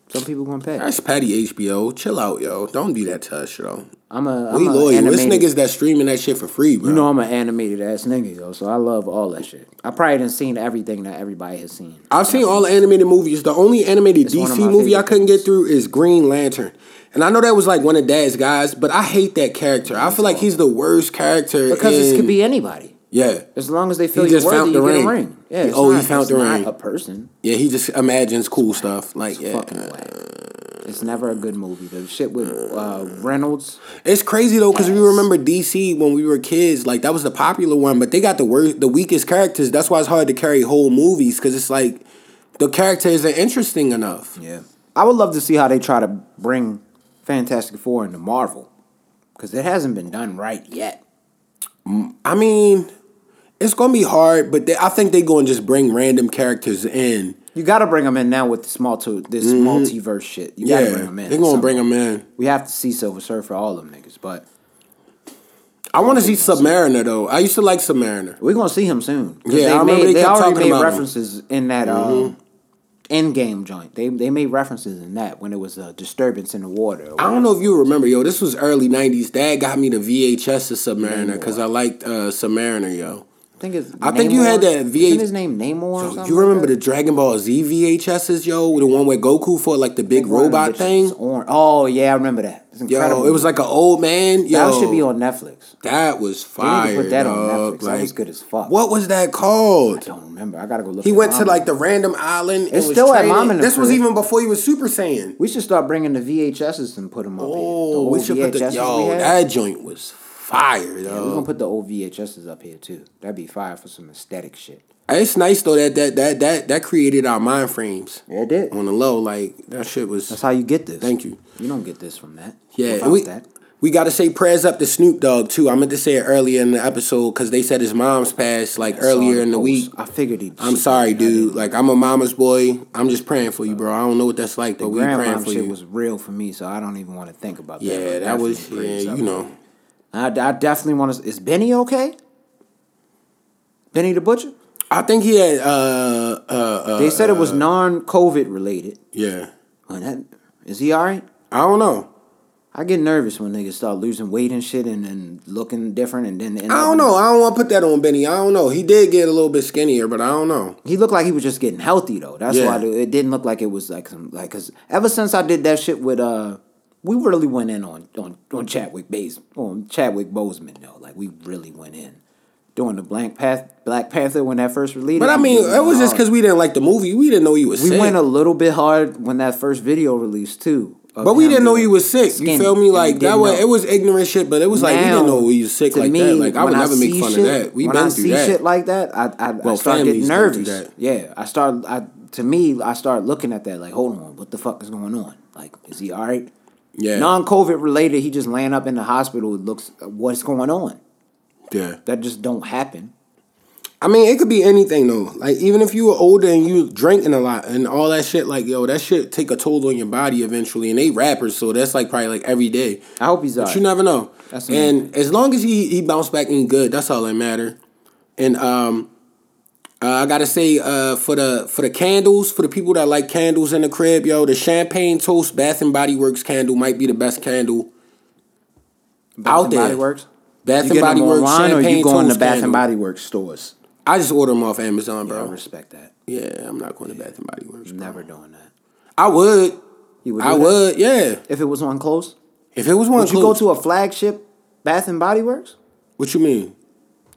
A: Some people gonna pay.
B: That's petty HBO. Chill out, yo. Don't do that to us, yo.
A: I'm a. I'm
B: We
A: a
B: loyal. It's
A: Animated,
B: niggas that streaming that shit for free, bro.
A: You know I'm an animated ass nigga, yo. So I love all that shit. I probably didn't seen everything that everybody has seen.
B: I've seen all the animated movies. The only animated
A: one of
B: DC
A: my
B: movie I
A: favorite
B: couldn't
A: things.
B: get through is Green Lantern. And I know that was like one of Dad's guys, but I hate that character. I feel like he's the worst character.
A: because this
B: in-
A: could be anybody.
B: yeah,
A: As long as they feel you're
B: just
A: worthy,
B: found
A: you
B: the
A: get
B: ring.
A: a ring. Yeah.
B: He-
A: it's
B: oh, he
A: not,
B: found
A: it's
B: the
A: not
B: ring.
A: A person.
B: yeah. He just imagines cool stuff. Like, yeah,
A: fucking whack. It's never a good movie. The shit with uh, Reynolds.
B: It's crazy though, because we remember DC when we were kids. Like that was the popular one, but they got the worst, the weakest characters. That's why it's hard to carry whole movies, because it's like the character isn't interesting enough.
A: Yeah. I would love to see how they try to bring Fantastic Four into Marvel because it hasn't been done right yet.
B: I mean, it's gonna be hard, but they, I think they gonna just bring random characters in.
A: You got to bring them in now with this multi this multiverse shit. You got
B: Mm-hmm. Yeah,
A: to bring them in.
B: they're gonna
A: somehow.
B: bring them in.
A: We have to see Silver Surfer, all them niggas, but
B: I want to see Submariner though. I used to like Submariner.
A: we're gonna see him soon. 'Cause
B: Yeah, I remember they kept
A: already
B: talking
A: made
B: about him. Mm-hmm.
A: references in that um, end game joint. They they made references in that when it was a disturbance in the water.
B: I don't know if you remember, yo. This was early '90s. Dad got me the VHS of Submariner because I liked uh, Submariner, yo.
A: I think it's
B: I think you had
A: Namor.
B: that VH
A: Isn't his name Namor? or
B: Yo,
A: something
B: you
A: like
B: remember
A: that?
B: the Dragon Ball Z VHSs, yo? The one where Goku fought like the big
A: One of them
B: robot
A: bitches
B: thing?
A: is Orange. Oh yeah, I remember that. It's incredible.
B: Yo, it was like an old man. Yo,
A: that should be on Netflix.
B: That was
A: They
B: fire.
A: need to put that on
B: dog.
A: Netflix. that was
B: Like,
A: good as fuck.
B: What was that
A: I
B: called?
A: don't remember. I gotta go look.
B: He
A: it
B: went
A: up.
B: to like the random island. and
A: It's
B: was
A: still at
B: training.
A: Mom and the
B: This was
A: Fruit.
B: even before he was Super Saiyan.
A: We should start bringing the VHSs and put them up.
B: Oh,
A: here.
B: we should put the
A: VHSs
B: yo.
A: we had,
B: That joint was fire,
A: We're
B: yo.
A: gonna put the old VHSs up here too. That'd be fire for some aesthetic shit.
B: It's nice though that that that that that created our mind frames
A: Yeah, it did.
B: on the low. Like that shit was.
A: That's how you get this.
B: Thank you.
A: You don't get this from that.
B: Yeah,
A: Without
B: and we
A: that.
B: we got to say prayers up to Snoop Dogg too. I meant to say it earlier in the episode because they said his mom's passed like earlier
A: Saw
B: in the
A: post.
B: week.
A: I figured he'd.
B: I'm sorry, dude. Like I'm a mama's boy. I'm just praying for you, bro. I don't know what that's like, but we praying
A: Grandma
B: for
A: shit
B: you.
A: was real for me, so I don't even want to think about that.
B: yeah,
A: but
B: that was
A: definitely
B: yeah,
A: praise up.
B: you know.
A: I, I definitely want to. Is Benny okay? Benny the Butcher?
B: I think he had uh uh, uh
A: They said it was non COVID related.
B: yeah.
A: Well, that- Is he all right?
B: I don't know.
A: I get nervous when niggas start losing weight and shit and then looking different and then. end
B: I
A: up
B: don't
A: in-
B: know. I don't want to put that on Benny. I don't know. He did get a little bit skinnier, but I don't know.
A: He looked like he was just getting healthy though. That's
B: Yeah.
A: why the- it didn't look like it was like some like because ever since I did that shit with uh, we really went in on on on Chadwick Bays on Chadwick Boseman though. Like we really went in during the Black Path Black Panther when that first released.
B: But I
A: we
B: mean,
A: really
B: it was
A: went
B: just
A: hard.
B: because we didn't like the movie. We didn't know he was
A: we
B: sick.
A: went a little bit hard when that first video released too. of
B: But we
A: him
B: didn't know he
A: being
B: was sick.
A: skinny,
B: You feel me?
A: and we
B: Like that
A: didn't
B: was
A: know.
B: it was ignorant shit, but it was like we didn't know he was sick
A: to
B: like
A: me,
B: that. Like I would
A: when
B: never make
A: see
B: fun
A: shit-
B: of that. We
A: when I
B: been
A: see
B: through that.
A: shit like that, I I, I
B: Well,
A: start getting
B: families been through
A: nervous.
B: that.
A: Yeah, I start. I to me, I start looking at that like, hold on, what the fuck is going on? Like, is he all right?
B: yeah,
A: Non-COVID related, he just laying up in the hospital. It looks what's going on.
B: yeah.
A: That just don't happen.
B: I mean, it could be anything though. Like even if you were older and you drinking a lot and all that shit, like yo, that shit take a toll on your body eventually. And they rappers, so that's like probably like every day.
A: I hope he's all
B: But you
A: right.
B: never know.
A: That's amazing.
B: and as long as he he bounced back and good, that's all that matter. And um, uh, I gotta say uh for the for the candles for the people that like candles in the crib, yo, the champagne toast Bath and Body Works candle might be the best candle
A: Bath
B: out
A: and
B: there.
A: Body Works.
B: Bath
A: You
B: and
A: get
B: Body
A: them
B: Works
A: online, or
B: champagne
A: you going to
B: toast
A: Bath
B: candle.
A: and Body Works stores.
B: I just order them off Amazon,
A: I
B: bro.
A: respect that.
B: Yeah, I'm not going to Bath and Body Works. bro.
A: Never doing that.
B: I would.
A: You would. Do
B: I
A: that?
B: would. Yeah.
A: if it was on close.
B: If it was one,
A: Would you go to a flagship Bath and Body Works?
B: What you mean?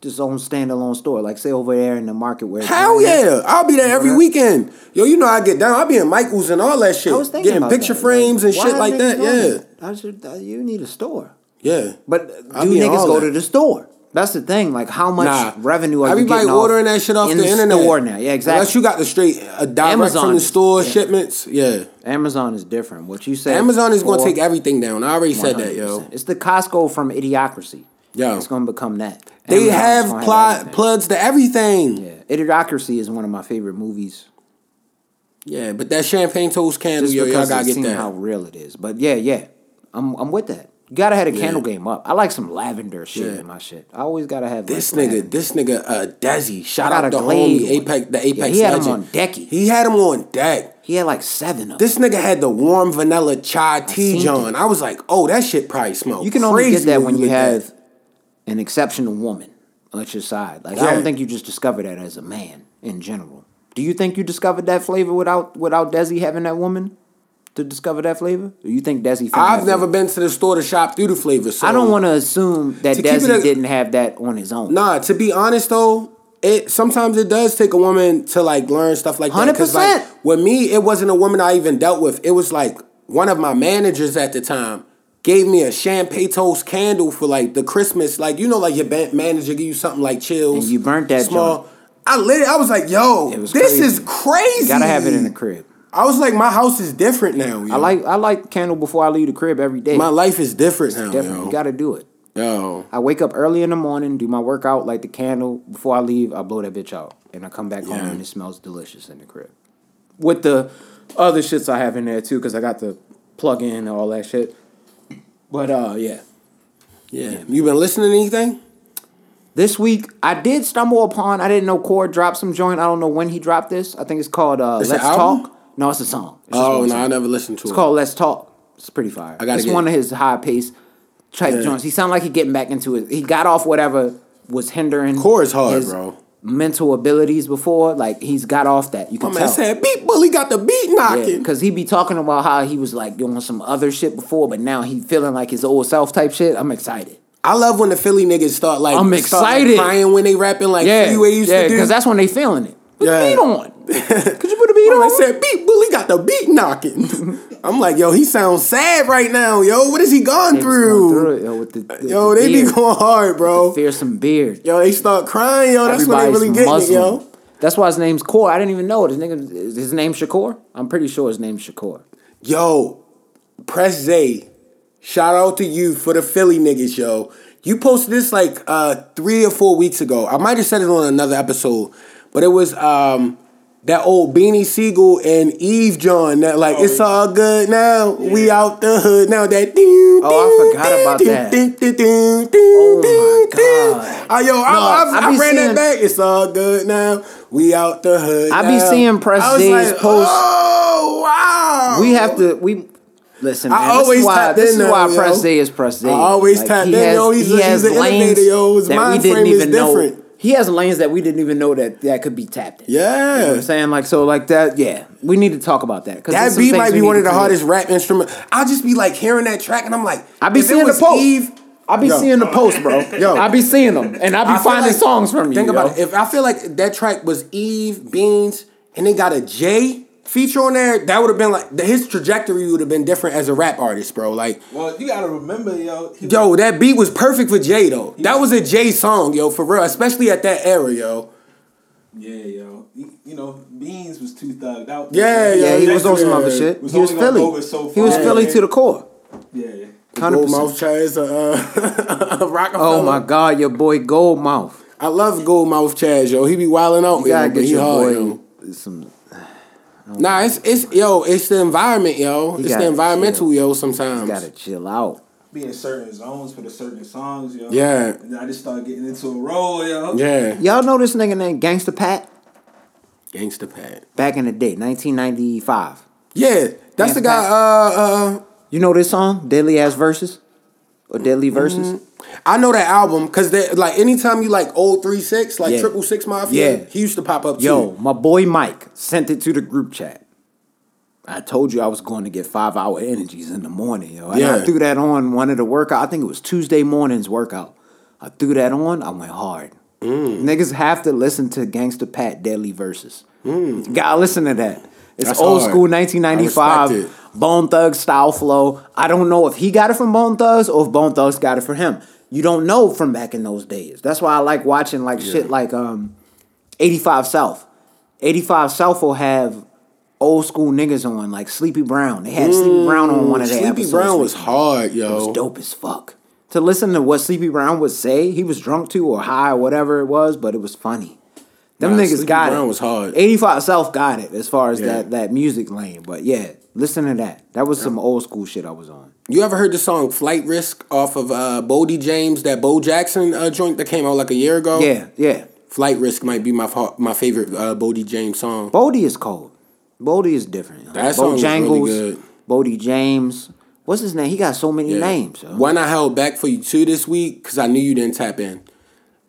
A: Just own standalone store, like say over there in the market where. it's
B: Hell
A: not-
B: yeah! I'll be there every weekend. Yo, you know I get down. I'll be in Michaels and all that shit.
A: I was thinking
B: Getting
A: about
B: picture
A: that.
B: frames and
A: Why
B: shit
A: are
B: like
A: niggas
B: that.
A: doing
B: Yeah,
A: I should, uh, you need a store.
B: yeah.
A: But
B: I
A: do
B: mean,
A: niggas
B: all
A: go
B: that.
A: to the store? That's the thing. Like, how much
B: Nah.
A: revenue are
B: Everybody
A: you getting off
B: ordering that shit off
A: in
B: the, internet
A: store now? Yeah, exactly.
B: Unless you got the straight uh, direct
A: Amazon
B: from the
A: is-
B: store
A: yeah.
B: shipments. Yeah,
A: Amazon is different. What you say?
B: Amazon is going to
A: for-
B: take everything down. I already said that, yo.
A: 100%. It's the Costco from Idiocracy.
B: Yo.
A: it's going to become that.
B: They
A: Amazon's
B: have
A: gonna
B: plot
A: everything.
B: plugs to everything. Yeah.
A: Yeah. Idiocracy is one of my favorite movies.
B: but that champagne toast candle,
A: Just
B: yo, y'all
A: because I've
B: gotta get
A: seen
B: that.
A: how real it is. But yeah, yeah, I'm I'm with that. You gotta have a candle game up. I like some lavender shit
B: Yeah.
A: in my shit. I always gotta have
B: This
A: like,
B: nigga,
A: lavender.
B: this nigga, uh, Desi, shout
A: got
B: out
A: a
B: the homie
A: glazed one.
B: Apex, the
A: Yeah,
B: Apex
A: he had him
B: legend.
A: on decky.
B: He had him on deck.
A: He had like seven of them.
B: This nigga had the warm vanilla chai tea,
A: seen
B: John. I was like, oh, that shit probably smells.
A: You can only get
B: crazy
A: that when you
B: lick
A: have an exceptional woman at your side. Like I
B: Yeah.
A: don't think you just discover that as a man in general. Do you think you discovered that flavor without without Desi having that woman to discover that flavor? Or you think Desi? Found
B: I've
A: that
B: never
A: flavor?
B: been to the store to shop through the flavor. So
A: I don't want to assume that
B: To keep it
A: Desi
B: a-
A: didn't have that on his own.
B: Nah, to be honest though, it sometimes it does take a woman to like learn stuff like that. 'Cause, like
A: 100%.
B: with me, it wasn't a woman I even dealt with. It was like one of my managers at the time gave me a champagne toast candle for like the Christmas. Like you know, like your ban- manager give you something like chills.
A: And you burnt that joint.
B: I lit it. I was like, yo,
A: It was
B: this
A: crazy.
B: is crazy.
A: Gotta have it in the crib.
B: I was like, my house is different now. Yo.
A: I like I like candle before I leave the crib every day.
B: my life is different now.
A: Definitely,
B: yo.
A: you gotta do it.
B: yo.
A: I wake up early in the morning, do my workout, light the candle. Before I leave, I blow that bitch out. And I come back home
B: Yeah.
A: and it smells delicious in the crib. With the other shits I have in there too, because I got the plug in and all that shit. But uh yeah.
B: Yeah. You been listening to anything?
A: This week I did stumble upon I didn't know Cord dropped some joint. I don't know when he dropped this. I think it's called uh
B: It's an
A: Let's
B: album?
A: Talk. No, it's a song. It's just
B: Oh
A: one
B: no,
A: song.
B: I never listened to it.
A: It's called Let's Talk. It's pretty fire.
B: I gotta
A: it's
B: get
A: one
B: it.
A: of his high pace type
B: Yeah.
A: joints. He sounded like he getting back into it. He got off whatever was hindering
B: Core is hard, bro.
A: mental abilities before. Like he's got off that. You
B: My
A: can
B: man
A: tell.
B: said, "Beat Bully got the beat knocking."
A: Because he be talking about how he was like doing some other shit before, but now he feeling like his old self type shit. I'm excited.
B: I love when the Philly niggas start like
A: I'm
B: start, like,
A: excited.
B: crying when they rapping like
A: Yeah,
B: Freeway used
A: yeah,
B: to do.
A: because that's when they feeling it. Put
B: Yeah.
A: the beat on. Could you put a beat
B: My
A: on?
B: man said, "Beat Bully got the beat knocking." I'm like, yo, he sounds sad right now, yo. What is he gone
A: They was going
B: through?
A: through it, yo, with the- the-
B: Yo,
A: the
B: they be
A: beard,
B: going hard, bro.
A: the fearsome beard.
B: Yo, they start crying, yo. That's when they
A: Everybody's
B: really getting
A: Muslim.
B: it, yo.
A: That's why his name's Core. I didn't even know it. His nigga, is his name Shakur. I'm pretty sure his name's Shakur.
B: Yo, Press Zay, shout out to you for the Philly niggas, yo. You posted this like uh three or four weeks ago. I might have said it on another episode, but it was um that old Beanie Siegel and Eve John that
A: Oh,
B: like it's all good now. We out the hood now. That ding,
A: Oh, I forgot about that. Oh my God.
B: Oh, yo, I,
A: No,
B: I, I,
A: I be
B: ran
A: seeing-
B: that back. It's all good now. We out the hood.
A: I be
B: now.
A: seeing Press
B: I was
A: Zay's posts.
B: Oh wow!
A: We have to. We listen.
B: I
A: Man, this
B: always
A: is why,
B: tapped
A: this
B: in
A: is
B: though,
A: why
B: yo.
A: Press Day is Press Day.
B: I always tapped in, yo. He's a- he's an innovator, yo. His mind frame is
A: know.
B: different.
A: He has lanes that we didn't even know that that could be tapped in. You know what
B: yeah.
A: I'm saying like so like that. Yeah, we need to talk about that. 'cause there's
B: That
A: some
B: beat
A: things
B: might
A: we
B: be
A: need
B: one
A: to
B: of the
A: create.
B: hardest rap instruments. I just be like hearing that track and I'm like,
A: I be
B: if it
A: seeing the
B: was
A: post.
B: Eve-
A: I be
B: Yo.
A: seeing the post, bro. Yo, I be seeing them, and I be
B: I feel
A: finding
B: like-
A: songs from you.
B: Think
A: yo.
B: about it. If I feel like that track was Eve Beans and they got a J feature on there, that would have been like the- his trajectory would have been different as a rap artist, bro. Like,
D: Well, you gotta remember, yo. He,
B: yo, that beat was perfect for Jay though. That was a Jay song, yo, for real, especially at that era, yo.
D: Yeah, yo. He, you know, Beans was too thugged out.
B: Yeah,
A: Yeah, he
B: Yeah,
A: was on some
B: yeah.
A: other shit.
D: Was
A: he was
D: only gonna go
A: Philly.
D: with so
A: he was
D: far.
A: Philly to the core.
D: Yeah.
B: Gold
A: 100%.
B: Mouth Chaz, uh, Rockefeller.
A: Oh my God, your boy Goldmouth.
B: I love Gold Mouth Chaz, yo. He be wilding out,
A: You
B: yo,
A: gotta
B: but
A: get
B: he
A: your
B: hard,
A: boy
B: yo.
A: some.
B: Nah, it's it's yo, it's the environment, yo. It's
A: gotta
B: the environmental, yo. Sometimes,
A: Gotta chill out.
D: Be in certain zones for the certain songs, yo.
B: Yeah.
D: And then I just started getting into a role, yo.
B: yeah.
A: Y'all know this nigga named Gangsta Pat
B: Gangsta Pat.
A: back in the day, 1995.
B: Yeah, that's the guy. Uh,
A: You know this song, Deadly Ass Verses, or Deadly Verses?
B: uh, I know that album because like anytime you like old three six, like
A: Yeah.
B: triple six mafia,
A: Yeah.
B: he used to pop up.
A: Yo,
B: too.
A: my boy Mike sent it to the group chat. I told you I was going to get five hour energies in the morning, yo. And I
B: Yeah.
A: threw that on one of the workout. I think it was Tuesday morning's workout. I threw that on. I went hard.
B: Mm.
A: Niggas have to listen to Gangsta Pat Deadly verses. Gotta listen to that. It's
B: Mm. That's
A: old
B: hard.
A: school
B: I respect
A: 1995 Bone Thug style flow. I don't know if he got it from Bone Thugs or if Bone Thugs got it from him. You don't know from back in those days. That's why I like watching like shit like um 85 South. 85 South will have old school niggas on like Sleepy Brown. They had Sleepy Brown on one of their
B: Mm, Sleepy
A: episodes.
B: Brown was hard,
A: It was
B: yo.
A: dope as fuck. To listen to what Sleepy Brown would say, he was drunk too or high, whatever it was, but it was funny. Them
B: Nah,
A: niggas
B: Sleepy
A: got
B: Brown
A: it.
B: was hard.
A: 85 South got it as far as
B: Yeah.
A: that, that music lane. But yeah, listen to that. That was some old school shit I was on.
B: You ever heard the song "Flight Risk" off of uh, Bodie James, that Bo Jackson uh, joint that came out like a year ago?
A: Yeah, yeah.
B: "Flight Risk" might be my fa- my favorite uh, Bodie James song.
A: Bodie is cold. Bodie is different.
B: That song was really
A: Bojangles,
B: good.
A: Bodie James. What's his name? He got so many
B: Yeah.
A: names. yo.
B: One I held back for you too this week because I knew you didn't tap in.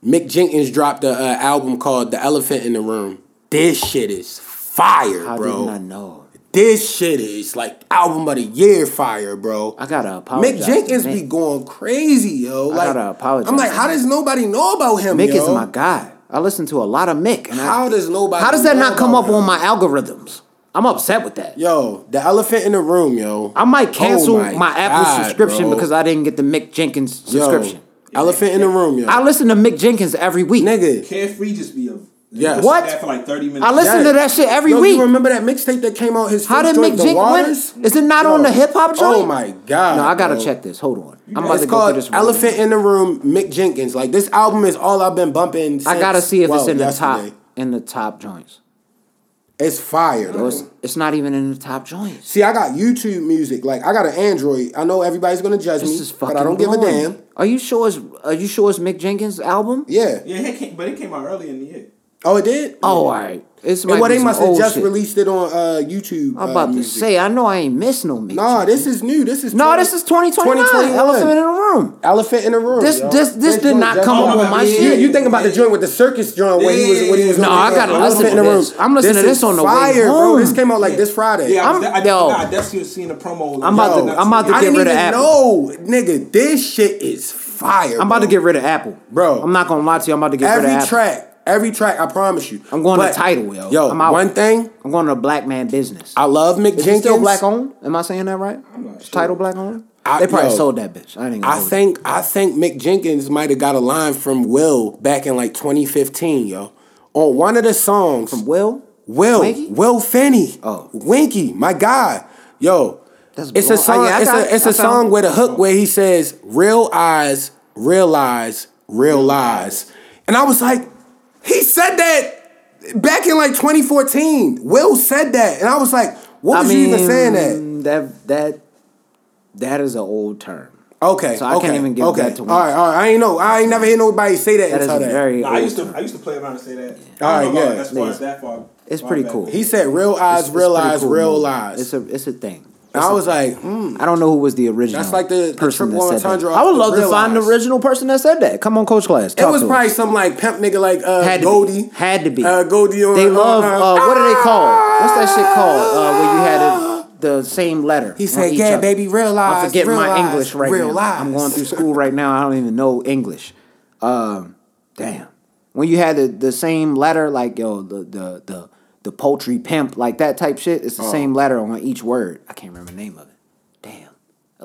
B: Mick Jenkins dropped a uh, album called "The Elephant in the Room." This shit is fire,
A: How
B: bro.
A: didn't I know?
B: This shit is like album of the year fire, bro.
A: I gotta apologize.
B: Mick Jenkins
A: to Mick.
B: be going crazy, yo.
A: I
B: Like,
A: gotta apologize
B: I'm like,
A: to
B: how
A: Mick.
B: does nobody know about him?
A: Mick
B: yo?
A: is my guy. I listen to a lot of Mick. and I-
B: How does nobody?
A: How does that
B: know
A: not come
B: about
A: up on
B: him?
A: my algorithms? I'm upset with that.
B: Yo, the elephant in the room, yo.
A: I might cancel
B: Oh
A: my, Apple
B: God,
A: subscription
B: bro.
A: because I didn't get the Mick Jenkins
B: Yo,
A: subscription.
B: Elephant in the room, yo.
A: I listen to Mick Jenkins every week.
B: Nigga,
D: Carefree just be a
B: Yes.
D: just
A: What?
D: sit there for like thirty minutes.
A: I listen
B: Yes.
A: to that shit every
B: yo,
A: week.
B: you remember that mixtape that came out? His
A: How
B: first
A: did
B: joint,
A: Mick
B: The
A: Jenkins win?
B: Waters?
A: Is it not
B: Yo.
A: on the hip hop
B: Oh
A: joint?
B: my god!
A: No, I gotta
B: bro.
A: check this. Hold on. I'm about
B: it's
A: to go
B: called
A: through this. right
B: Elephant
A: now.
B: in the Room, Mick Jenkins. Like this album is all I've been bumping. Since,
A: I gotta see if it's
B: well,
A: in the
B: yesterday.
A: top in the top joints.
B: It's fire.
A: Or
B: Bro.
A: It's, it's not even in the top joints.
B: See, I got YouTube music. Like I got an Android. I know everybody's gonna judge
A: This
B: me,
A: is fucking.
B: but I don't give a
A: blowing me.
B: damn.
A: Are you sure? It's, are you sure it's Mick Jenkins' album?
B: Yeah.
D: Yeah, it came, but it came out early in the year.
B: Oh, it did.
A: Oh, all right. It's
B: And
A: might
B: well,
A: be
B: they
A: some
B: must have
A: old
B: just
A: shit.
B: released it on uh, YouTube.
A: I'm
B: uh,
A: about to
B: music.
A: say, I know I ain't missed no Mick.
B: Nah, this is new. This is
A: no,
B: 20
A: this is 2021. Elephant in the room.
B: Elephant in the room.
A: This-
B: yo.
A: this- this did
B: joint
A: not
B: just-
A: come
D: up on my
B: yeah,
D: shit.
B: You think about the joint with the circus joint where he was when he was
D: Yeah.
A: No,
B: on
A: I
B: the,
A: gotta
B: uh,
A: listen
B: Elephant
A: to
B: in the
A: this.
B: Room.
A: I'm listening to
B: is
A: this on the way
B: fire, bro.
A: home.
B: This came out like this Friday.
D: Yeah, I, was,
A: I'm-
D: I, I,
A: yo.
D: I definitely seen the promo.
A: I'm about to-
D: Yo.
A: I'm about to
B: I
A: get
B: didn't
A: rid of
B: even
A: Apple.
B: know, nigga. This shit is fire.
A: I'm about to
B: bro.
A: get rid of Apple,
B: Bro.
A: I'm not gonna lie to you. I'm about to get rid of
B: every
A: Apple.
B: track, every track. I promise you.
A: I'm going
B: But-
A: to title, yo.
B: Yo,
A: I'm out.
B: one thing
A: I'm going to black man business.
B: I love Mick
A: Is it
B: Jenkins.
A: still black owned? Am I saying that right?
D: not
A: Is Title black owned.
B: I-
A: they probably
B: yo.
A: sold that bitch. I ain't. Gonna
B: I
A: hold it.
B: think I think Mick Jenkins might have got a line from Will back in like 2015, yo. On one of the songs,
A: Will.
B: Will
A: Winky?
B: Will Finney,
A: Oh.
B: Winky, my guy, yo.
A: That's
B: it's
A: blown-
B: a song.
A: I- I
B: it's
A: got it.
B: a it's
A: I
B: a
A: found
B: song
A: it.
B: with a hook where he says, "Real eyes, real eyes, real lies," and I was like, he said that back in like 2014. Will said that, and I was like, what
A: I
B: was
A: mean,
B: you even saying that?
A: That that that is an old term.
B: Okay,
A: So I
B: okay,
A: can't even give
B: okay.
A: that to him.
B: All right, all right. I ain't know. I ain't never hear nobody say that.
A: That is
B: until
A: a
B: that.
A: very.
D: Nah, I
A: old
D: used to
A: term.
D: I used to play around and say that.
B: Alright,
D: I don't know about
B: yeah.
D: As far
A: Yeah.
D: as that far,
A: It's
D: far
A: pretty
D: back.
A: cool.
B: He said, "Real eyes,
A: It's
B: real
A: pretty
B: eyes,
A: cool
B: real
A: movie.
B: lies."
A: It's a it's a thing.
B: and I was like, mm,
A: I don't know who was the original.
B: That's like the- the
A: person
B: triple
A: that said that.
B: entendre
A: I would
B: of
A: love to
B: Real
A: find the
B: Eyes.
A: original person that said that. Come on, coach class.
B: It
A: Talk
B: was
A: to
B: probably
A: us.
B: some like pimp nigga like uh,
A: had to
B: Goldie.
A: be. Had to be.
B: Uh, Ah! Goldie on.
A: They love.
B: on-
A: Uh, what are they called? What's that shit called? Uh, where you had a, the same letter.
B: He
A: on
B: said,
A: each
B: "Yeah,
A: other.
B: baby, real eyes,
A: I'm forgetting
B: real
A: my
B: eyes,
A: English right
B: real
A: now.
B: eyes."
A: I'm going through school right now. I don't even know English. Um, damn. When you had the, the same letter, like yo, the the the the poultry pimp, like that type shit. It's the
B: Oh.
A: same letter on each word. I can't remember the name of it. Damn.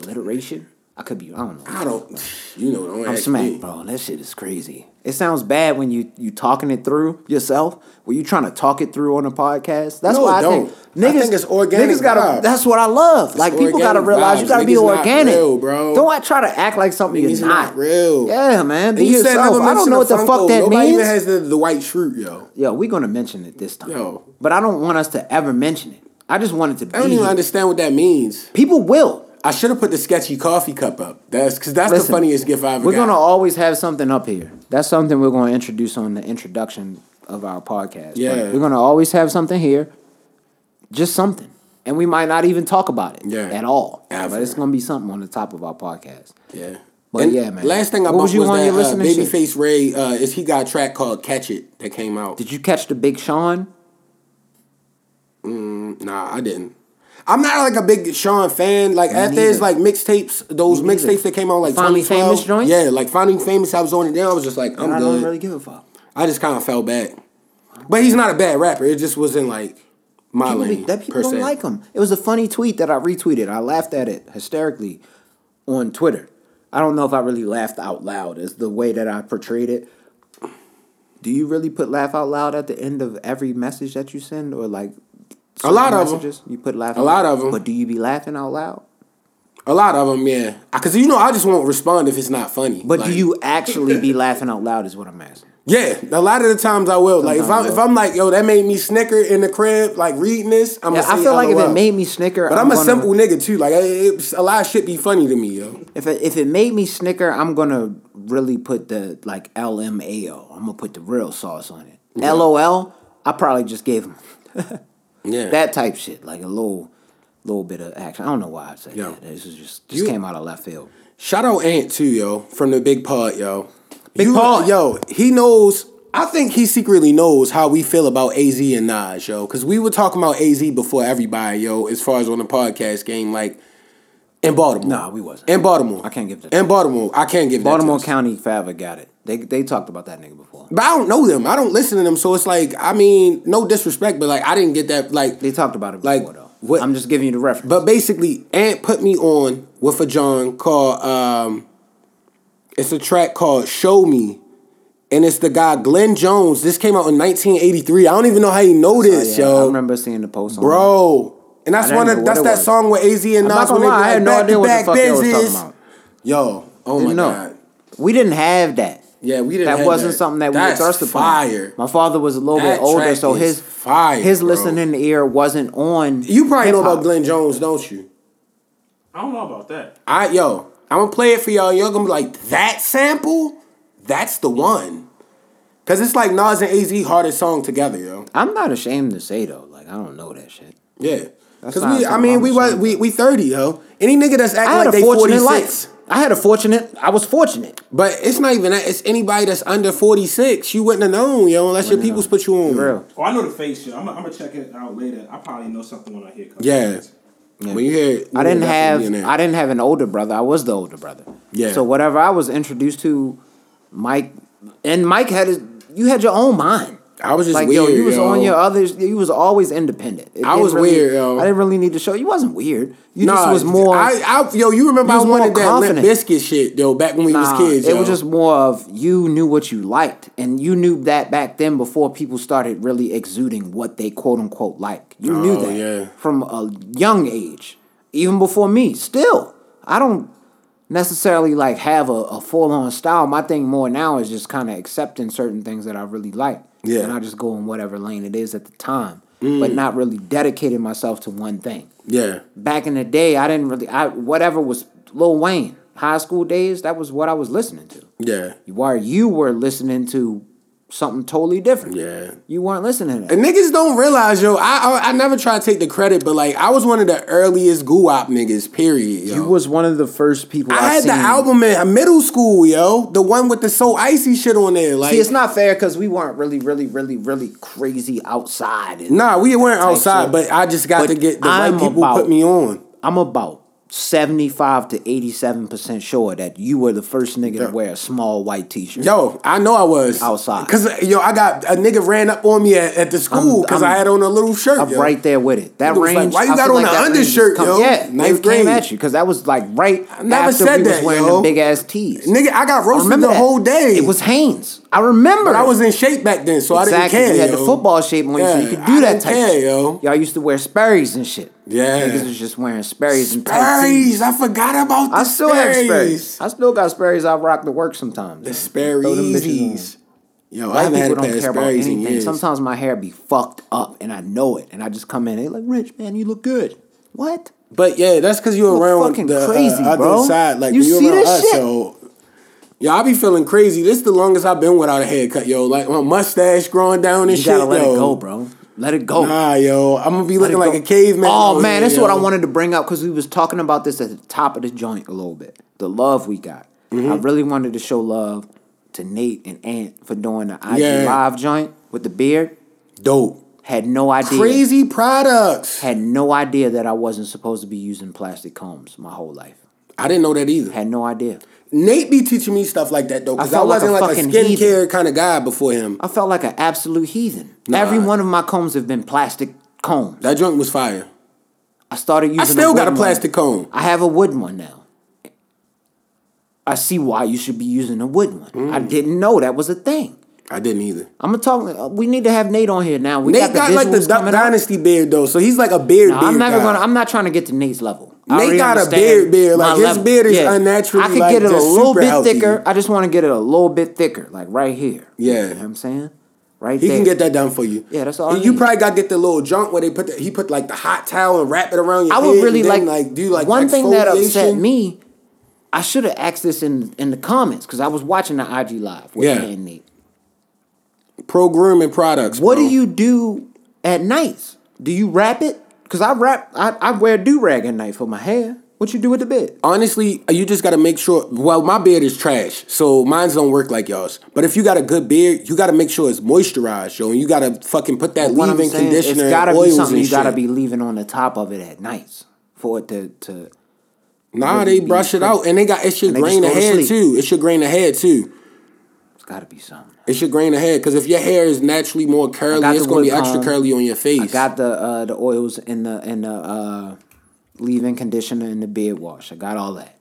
A: Alliteration. I could be. I don't know.
B: I don't. You know, don't
A: I'm
B: ask
A: smacked,
B: me.
A: bro. That shit is crazy. It sounds bad when you you talking it through yourself. When you trying to talk it through on a podcast, that's
B: No,
A: why I
B: don't.
A: think
B: I
A: niggas
B: think it's organic
A: Niggas gotta.
B: vibes.
A: That's what I love. like people gotta
B: organic
A: realize you
B: vibes.
A: gotta be
B: Niggas not
A: organic,
B: real, bro.
A: Don't I try to act like something
B: Niggas
A: you're
B: not
A: not.
B: real.
A: Yeah, man. Be
B: And you said
A: yourself.
B: never
A: I don't
B: mention
A: know what the
B: Funko.
A: fuck that
B: Nobody
A: means.
B: even has the, the white shroot, yo.
A: Yo, we gonna mention it this time.
B: Yo.
A: but I don't want us to ever mention it. I just want it to be.
B: I don't even
A: here.
B: understand what that means.
A: People will.
B: I should have put the sketchy coffee cup up. That's because that's
A: Listen,
B: the funniest gift I ever
A: We're
B: got.
A: gonna always have something up here. That's something we're gonna introduce on the introduction of our podcast.
B: Yeah.
A: Like, we're gonna always have something here, just something, and we might not even talk about it
B: Yeah.
A: at all.
B: Ever.
A: But it's gonna be something on the top of our podcast.
B: Yeah.
A: But
B: and
A: yeah, man.
B: Last thing I
A: What was
B: bumped
A: you
B: was
A: on
B: that
A: your
B: uh,
A: listening shit?
B: Babyface Ray uh, is he got a track called "Catch It" that came out.
A: Did you catch the Big Sean?
B: Nah, I didn't. I'm not like a big Sean fan. Like after his
A: neither.
B: like mixtapes, those
A: Me neither.
B: mixtapes that came out like
A: Finding
B: 2012.
A: Famous joints?
B: Yeah, like Finding Famous. I was on it. Then I was just like, I'm
A: I
B: good.
A: don't really give a fuck.
B: I just kind of fell back. But he's not a bad rapper. It just wasn't like my
A: People-
B: lane.
A: that
B: per
A: people don't
B: se.
A: like him. It was a funny tweet that I retweeted. I laughed at it hysterically on Twitter. I don't know if I really laughed out loud. Is the way that I portrayed it. Do you really put laugh out loud at the end of every message that you send, or like
B: A lot
A: certain
B: of 'em.
A: messages? You put laugh.
B: A lot of 'em.
A: But do you be laughing out loud?
B: A lot of them, yeah. Because you know, I just won't respond if it's not funny.
A: But
B: Like,
A: do you actually be laughing out loud? Is what I'm asking.
B: Yeah, a lot of the times I will. Like if I'm if
A: Sometimes I will.
B: I'm like, yo, that made me snicker in the crib, like reading this. I'm
A: Yeah,
B: gonna
A: I
B: say
A: feel like if
B: LOL.
A: it made me snicker,
B: But I'm, a
A: gonna-
B: simple nigga too. Like I- it's, a lot of shit be funny to me, yo.
A: If it, if it made me snicker, I'm gonna really put the like LMAO. I'm gonna put the real sauce on it. LOL. I probably just gave him
B: Yeah.
A: that type shit, like a little little bit of action. I don't know why I said
B: Yo.
A: that. This is just just
B: You-
A: came out of left field.
B: Shout out Ant too, yo, from the Big Pod, yo. Big
A: Pod.
B: yo, he knows. I think he secretly knows how we feel about AZ and Nas, yo, because we were talking about AZ before everybody, yo, as far as on the podcast game, like in Baltimore.
A: Nah, we wasn't.
B: in Baltimore.
A: I can't give that-
B: in Baltimore. I can't give
A: Baltimore
B: that to us.
A: County Favre got it. They they talked about that nigga before.
B: But I don't know them. I don't listen to them, so it's like I mean, no disrespect, but like I didn't get that. Like
A: They talked about it before
B: Like,
A: though.
B: what-
A: I'm just giving you the reference.
B: But basically, Ant put me on with a John called um it's a track called Show Me. And it's the guy Glenn Jones. This came out in 1983. I don't even know how you know
A: Oh,
B: this,
A: yeah, I
B: yo.
A: remember seeing the post, on it.
B: Bro. And that's
A: I
B: one
A: didn't
B: of
A: know what
B: that's
A: it
B: that
A: was.
B: song with AZ and
A: I'm
B: Nas
A: not
B: when
A: gonna
B: they
A: lie, I
B: like,
A: had no
B: back
A: idea
B: to
A: what
B: back
A: the fuck they was talking
B: business.
A: about.
B: Yo, oh my
A: Didn't know.
B: god.
A: We didn't have that.
B: Yeah, we didn't
A: That
B: have
A: wasn't
B: that.
A: something that we
B: That's
A: were thirsty for.
B: fire.
A: My father was a little
B: That
A: bit older,
B: track
A: so
B: is
A: his
B: fire,
A: his
B: bro.
A: listening ear wasn't on.
B: You probably know
A: hip-hop.
B: about Glenn Jones, don't you?
D: I don't know about that.
B: I yo, I'm gonna play it for y'all. Y'all gonna be like, that sample, that's the one. Cause it's like Nas and AZ hardest song together, yo.
A: I'm not ashamed to say though, like I don't know that shit.
B: Yeah.
A: That's
B: Cause
A: not
B: we, I
A: something
B: mean,
A: I'm
B: we was
A: ashamed
B: we we thirty, yo. Any nigga that's
A: I
B: acting
A: had
B: like
A: a
B: they forty
A: fortunate life.
B: six,
A: I had a fortunate. I was fortunate.
B: but it's not even that. It's anybody that's under forty six. You wouldn't have known, yo, unless your peoples put you on.
A: For real.
D: Oh, I know the face shit. I'm gonna check it out later. I probably know something when I hear. it come
B: Yeah.
D: out.
B: When you hear,
A: I didn't
B: Yeah,
A: have.
B: definitely in there.
A: I didn't have an older brother. I was the older brother.
B: Yeah.
A: So whatever I was introduced to, Mike, and Mike had his. You had your own mind.
B: I was just
A: like
B: weird,
A: yo, you was
B: yo.
A: on your others. You was always independent. It
B: I
A: didn't
B: was
A: really-
B: weird, yo.
A: I didn't really need to show. You wasn't weird. You
B: Nah,
A: just was more.
B: I, I, yo, you remember I
A: you was more
B: wanted that Limp
A: confident.
B: Biscuit shit, yo, back when we
A: Nah,
B: was kids.
A: It
B: yo.
A: was just more of you knew what you liked, and you knew that back then before people started really exuding what they quote unquote like. You knew
B: Oh,
A: that
B: yeah.
A: from a young age, even before me. Still, I don't necessarily like have a, a full on style. My thing more now is just kind of accepting certain things that I really like.
B: Yeah. Mm.
A: and I just go in whatever lane it is at the time, but not really dedicating myself to one thing
B: yeah.
A: back in the day, I didn't really I whatever was Lil Wayne, high school days, that was what I was listening to.
B: Yeah.
A: While you were listening to something totally different.
B: Yeah.
A: You weren't listening to that.
B: And niggas don't realize, yo, I, I I never try to take the credit, but like I was one of the earliest goo op niggas, period. Yo.
A: you was one of the first people I,
B: I had the
A: seen-
B: album in middle school, yo. The one with the so icy shit on there. Like
A: See, it's not fair because we weren't really, really, really, really crazy outside. And
B: Nah, we weren't outside,
A: shit.
B: but I just got
A: But
B: to get the
A: I'm
B: right people
A: about-
B: put me on.
A: I'm about seventy five to eighty seven percent sure that you were the first nigga to wear a small white t shirt.
B: Yo, I know I was
A: Outside.
B: Cause uh, yo, I got a nigga ran up on me at, at the school
A: I'm-
B: because I
A: I'm-
B: had on a little shirt.
A: I'm
B: yo.
A: right there with it. That
B: Nigga was like,
A: range.
B: "Why you
A: I
B: got
A: feel
B: on an
A: that range is
B: undershirt,
A: come-
B: yo?
A: Yeah,
B: Ninth
A: they came
B: grade.
A: at you because that was like right
B: never
A: after
B: said
A: we was
B: that,
A: wearing
B: yo.
A: the big ass tees.
B: Nigga, I got roasted
A: Remember
B: the
A: that.
B: whole day.
A: It was Hanes. I remember.
B: But I was in shape back then, so I didn't
A: exactly.
B: care.
A: You had
B: yo.
A: the football shape on you, so
B: Yeah,
A: you could
B: I
A: do that
B: didn't
A: type.
B: care,
A: shit.
B: yo.
A: Y'all used to wear Sperry's and shit.
B: Yeah.
A: niggas was just wearing Sperry's and tight tees.
B: Sperry's, I forgot about the
A: I still
B: Sperry's.
A: have Sperry's. I still got Sperry's. I rock to work sometimes.
B: The
A: Throw them bitches
B: Sperry's.
A: on.
B: Yo, I
A: White
B: haven't had
A: people
B: a
A: don't
B: pair of
A: care about
B: Sperry's in
A: anything.
B: years.
A: Sometimes my hair be fucked up, and I know it. And I just come in, they like, Rich, man, you look good. What?
B: But yeah, that's because you
A: look
B: around
A: fucking
B: the
A: crazy,
B: uh, other
A: bro.
B: side. Like
A: You
B: you
A: see
B: around
A: this
B: us,
A: shit?
B: yo. Yo, I be feeling crazy. This the longest I've been without a haircut, yo. Like my mustache growing down and
A: You
B: shit,
A: gotta let
B: yo.
A: it go, bro. Let it go.
B: Nah, yo, I'm gonna be
A: Let it
B: looking like
A: go.
B: a caveman.
A: Oh
B: out
A: man,
B: here,
A: that's
B: yo.
A: what I wanted to bring up because we was talking about this at the top of the joint a little bit. The love we got.
B: Mm-hmm.
A: I really wanted to show love to Nate and Ant for doing the IG
B: Yeah.
A: live joint with the beard.
B: Dope,
A: Had no idea.
B: crazy products.
A: Had no idea that I wasn't supposed to be using plastic combs my whole life.
B: I didn't know that either.
A: Had no idea.
B: Nate be teaching me stuff like that though, because I,
A: felt like a
B: wasn't like a,
A: fucking
B: skincare kind of guy before him.
A: I felt like an absolute heathen.
B: Nah.
A: Every one of my combs have been plastic combs.
B: That joint was fire.
A: I started using.
B: I still
A: wood
B: got a
A: one.
B: plastic cone.
A: I have a wood one now. I see why you should be using a wood one. I
B: Mm.
A: didn't know that was a thing.
B: I didn't either.
A: I'm gonna talk. uh, We need to have Nate on here now. We
B: Nate got,
A: the
B: like the
A: visuals
B: Duck
A: coming up.
B: Dynasty beard though, so he's like a beard.
A: No,
B: beard
A: I'm never
B: guy.
A: gonna. I'm not trying to get to Nate's level. I
B: Nate
A: already
B: got a
A: understand
B: beard, beard.
A: my
B: Like, his
A: level.
B: beard is unnaturally,
A: I could
B: like,
A: get it a
B: just
A: little
B: super
A: bit
B: healthy.
A: thicker. I just want to get it a little bit thicker, like right here.
B: Yeah.
A: you know what I'm saying right
B: He
A: there.
B: can get that done for you.
A: Yeah, that's all I
B: You
A: need.
B: probably got to get the little junk where they put the, he put like the hot towel and wrap it around your
A: I
B: head.
A: would really
B: and
A: like,
B: then, like do like
A: one thing that upset
B: exfoliation.
A: me. I should have asked this in in the comments because I was watching the IG live with
B: Yeah.
A: Nate and Nate.
B: Pro grooming products.
A: What
B: bro.
A: do you do at nights? Do you wrap it? Because I wrap, I, I wear do rag at night for my hair. What you do with the bed?
B: Honestly, you just gotta make sure. Well, my beard is trash, so mine's don't work like y'all's. But if you got a good beard, you gotta make sure it's moisturized, yo, and you gotta fucking put that
A: What I'm
B: leave-in
A: saying,
B: conditioner
A: it's gotta
B: and
A: be
B: oils
A: something
B: and
A: you gotta
B: shit.
A: be leaving on the top of it at nights for it to to.
B: Nah,
A: really
B: they
A: be
B: brush it
A: clean.
B: out, and they got it should
A: And they just
B: grain the
A: go to
B: head
A: sleep.
B: too. It should grain the head too.
A: It's gotta be something.
B: It should grain the head because if your hair is naturally more curly,
A: got
B: it's
A: the
B: gonna be
A: wood
B: extra
A: comb.
B: curly on your face.
A: I got the uh, the oils and the and the uh, leave-in conditioner and the beard wash. I got all that.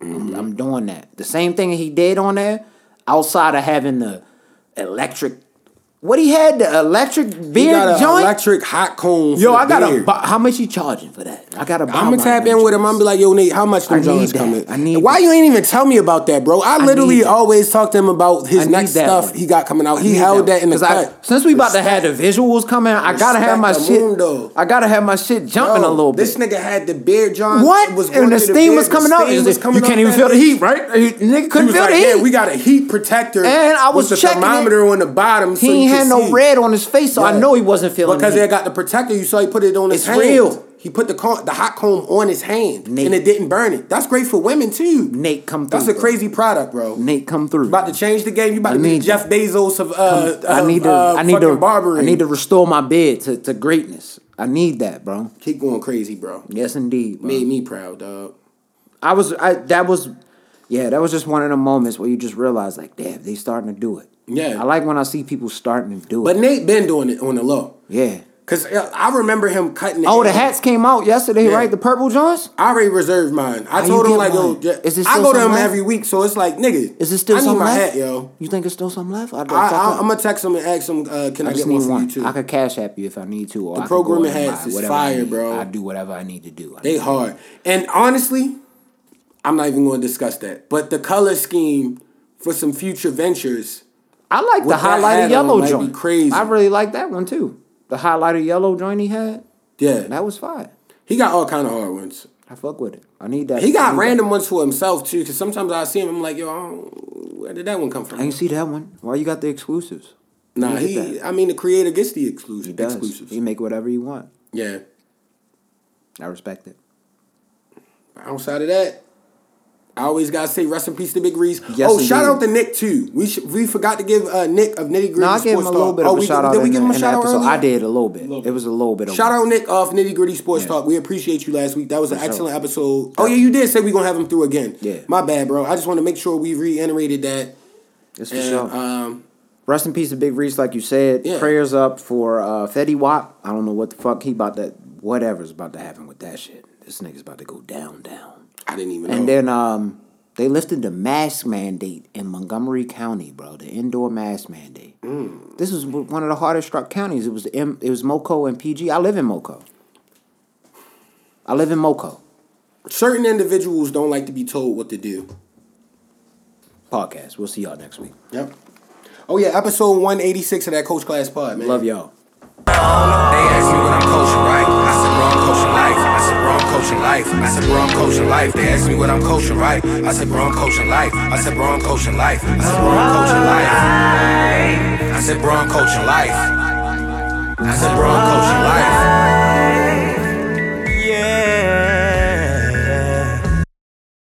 A: I'm, I'm doing that. The same thing he did on there, outside of having the electric. What he had the electric
B: You
A: beard
B: got an
A: joint.
B: electric hot cone.
A: Yo,
B: for
A: I
B: the
A: got
B: beard.
A: to How much you charging for that? I got to.
B: I'm gonna tap in with him. I'm gonna be like, yo, Nate, how much them
A: I need
B: joints
A: that.
B: coming?
A: I need
B: Why
A: that.
B: you ain't even tell me about that, bro? I literally
A: that.
B: always talk to him about his
A: I
B: next
A: need that
B: stuff
A: one.
B: he got coming out. He held that, in the
A: I,
B: cut.
A: Since we about to have the visuals coming, I gotta have my
B: Respect the
A: shit.
B: mundo.
A: I gotta have my shit jumping
B: Yo,
A: a little bit.
B: This nigga had the beard, John.
A: what?
B: It was going
A: and the
B: through
A: steam
B: beard.
A: was
B: The
A: coming out.
B: steam
A: It-
B: was coming
A: you
B: out
A: can't even
B: that
A: feel the
B: bitch.
A: heat, right? You- nigga
B: He
A: couldn't
B: was
A: feel
B: like,
A: the
B: yeah,
A: heat.
B: we got a heat protector
A: And I was
B: with the
A: checking it.
B: thermometer on the bottom. so
A: he
B: you
A: ain't
B: could
A: had no
B: see.
A: red on his face, so I
B: Yeah.
A: know he wasn't feeling
B: because
A: the
B: they
A: heat.
B: got the protector. You saw he put it on his
A: It's
B: hand.
A: real.
B: He put the comb, the hot comb on his hand,
A: Nate.
B: and it didn't burn it. That's great for women too.
A: Nate come through.
B: That's a
A: bro.
B: crazy product, bro.
A: Nate come through.
B: About to change the game. You about
A: I
B: to be
A: need
B: the Jeff Bezos of uh,
A: I need to.
B: uh,
A: I need to.
B: fucking barbering.
A: I need to restore my bed to, to greatness. I need that, bro.
B: keep going crazy, bro.
A: Yes, indeed. Bro.
B: Made me proud, dog.
A: I was I that was yeah, that was just one of the moments where you just realize like, damn, they starting to do it.
B: Yeah.
A: I like when I see people starting to do
B: But
A: it.
B: Nate been doing it on the low.
A: Yeah.
B: Cause uh, I remember him cutting. It
A: Oh, the hats came out yesterday,
B: Yeah.
A: right? The purple joints?
B: I already reserved mine. I
A: How
B: told him
A: you get
B: like, yo,
A: one?
B: yeah,
A: Is it
B: I
A: still
B: go to him
A: somewhere?
B: every week, so it's like, nigga,
A: Is it still
B: I need
A: some
B: my
A: left?
B: hat, yo.
A: You think it's still some left? I,
B: I, I, I'm gonna text him and ask him, uh, can I,
A: just
B: get
A: need
B: one for
A: one.
B: you too?
A: I could cash app you if I need to. Or the
B: programming hats is fire, bro.
A: I do whatever I need to do. I
B: They
A: need-
B: hard. And honestly, I'm not even going to discuss that. But the color scheme for some future ventures.
A: I like the
B: With that hat
A: highlighter
B: on,
A: yellow
B: might be
A: joint.
B: crazy.
A: I really like that one too. The highlighter yellow joint he had,
B: Yeah,
A: that was fire.
B: he got all kind of hard ones.
A: I fuck with it. I need that.
B: He
A: I
B: got
A: need that.
B: random ones for himself too. Because sometimes I see him, I'm like, yo, I don't- where did that one come
A: I
B: from?
A: ain't see that one. Why you got the exclusives?
B: Nah,
A: get
B: he. I mean, the creator gets the exclusive.
A: does.
B: exclusives.
A: You make whatever you want.
B: Yeah.
A: I respect it.
B: Outside of that, I always gotta say rest in peace to Big Reese.
A: Yes,
B: oh, shout
A: indeed.
B: out to Nick too. We sh- we forgot to give uh, Nick of Nitty Gritty.
A: No, I gave him
B: Sports
A: a little
B: Talk.
A: bit of
B: Oh,
A: a
B: we-
A: shout out.
B: Did we
A: in
B: give him a
A: the- in
B: shout
A: the
B: out
A: episode.
B: earlier?
A: I did a little bit.
D: Little
A: It was a little bit. Of
B: Shout out Nick off Nitty Gritty Sports
A: Yeah.
B: Talk. We appreciate you last week. That was an
A: sure.
B: excellent episode. Oh yeah, you did say we're gonna have him through again.
A: Yeah.
B: My bad, bro. I just want to make sure we reiterated that.
A: It's for
B: And,
A: sure.
B: um,
A: Rest in peace to Big Reese, like you said.
B: Yeah.
A: Prayers up for uh, Fetty Wap. I don't know what the fuck he about that. Whatever's about to happen with that shit. This nigga's about to go down, down.
B: I didn't even know.
A: And then um, they lifted the mask mandate in Montgomery County, bro. The indoor mask mandate.
B: Mm.
A: This was one of the hardest struck counties. It was M- it was Moco and PG. I live in Moco. I live in Moco.
B: certain individuals don't like to be told what to do.
A: Podcast. We'll see y'all next week.
B: Yep. Oh yeah, episode one eighty six of that Coach Class Pod, man.
A: Love y'all.
C: They ask me what I'm coaching, right? I said, bro, I'm coaching life. I said, bro, I'm coaching life. I said, bro, I'm coaching life. They ask me what I'm coaching, right? I said, bro, I'm coaching life. I said, bro, I'm coaching life. I said, bro, I'm coaching life. I said, bro, I'm coaching life. I said, bro, I'm coaching life.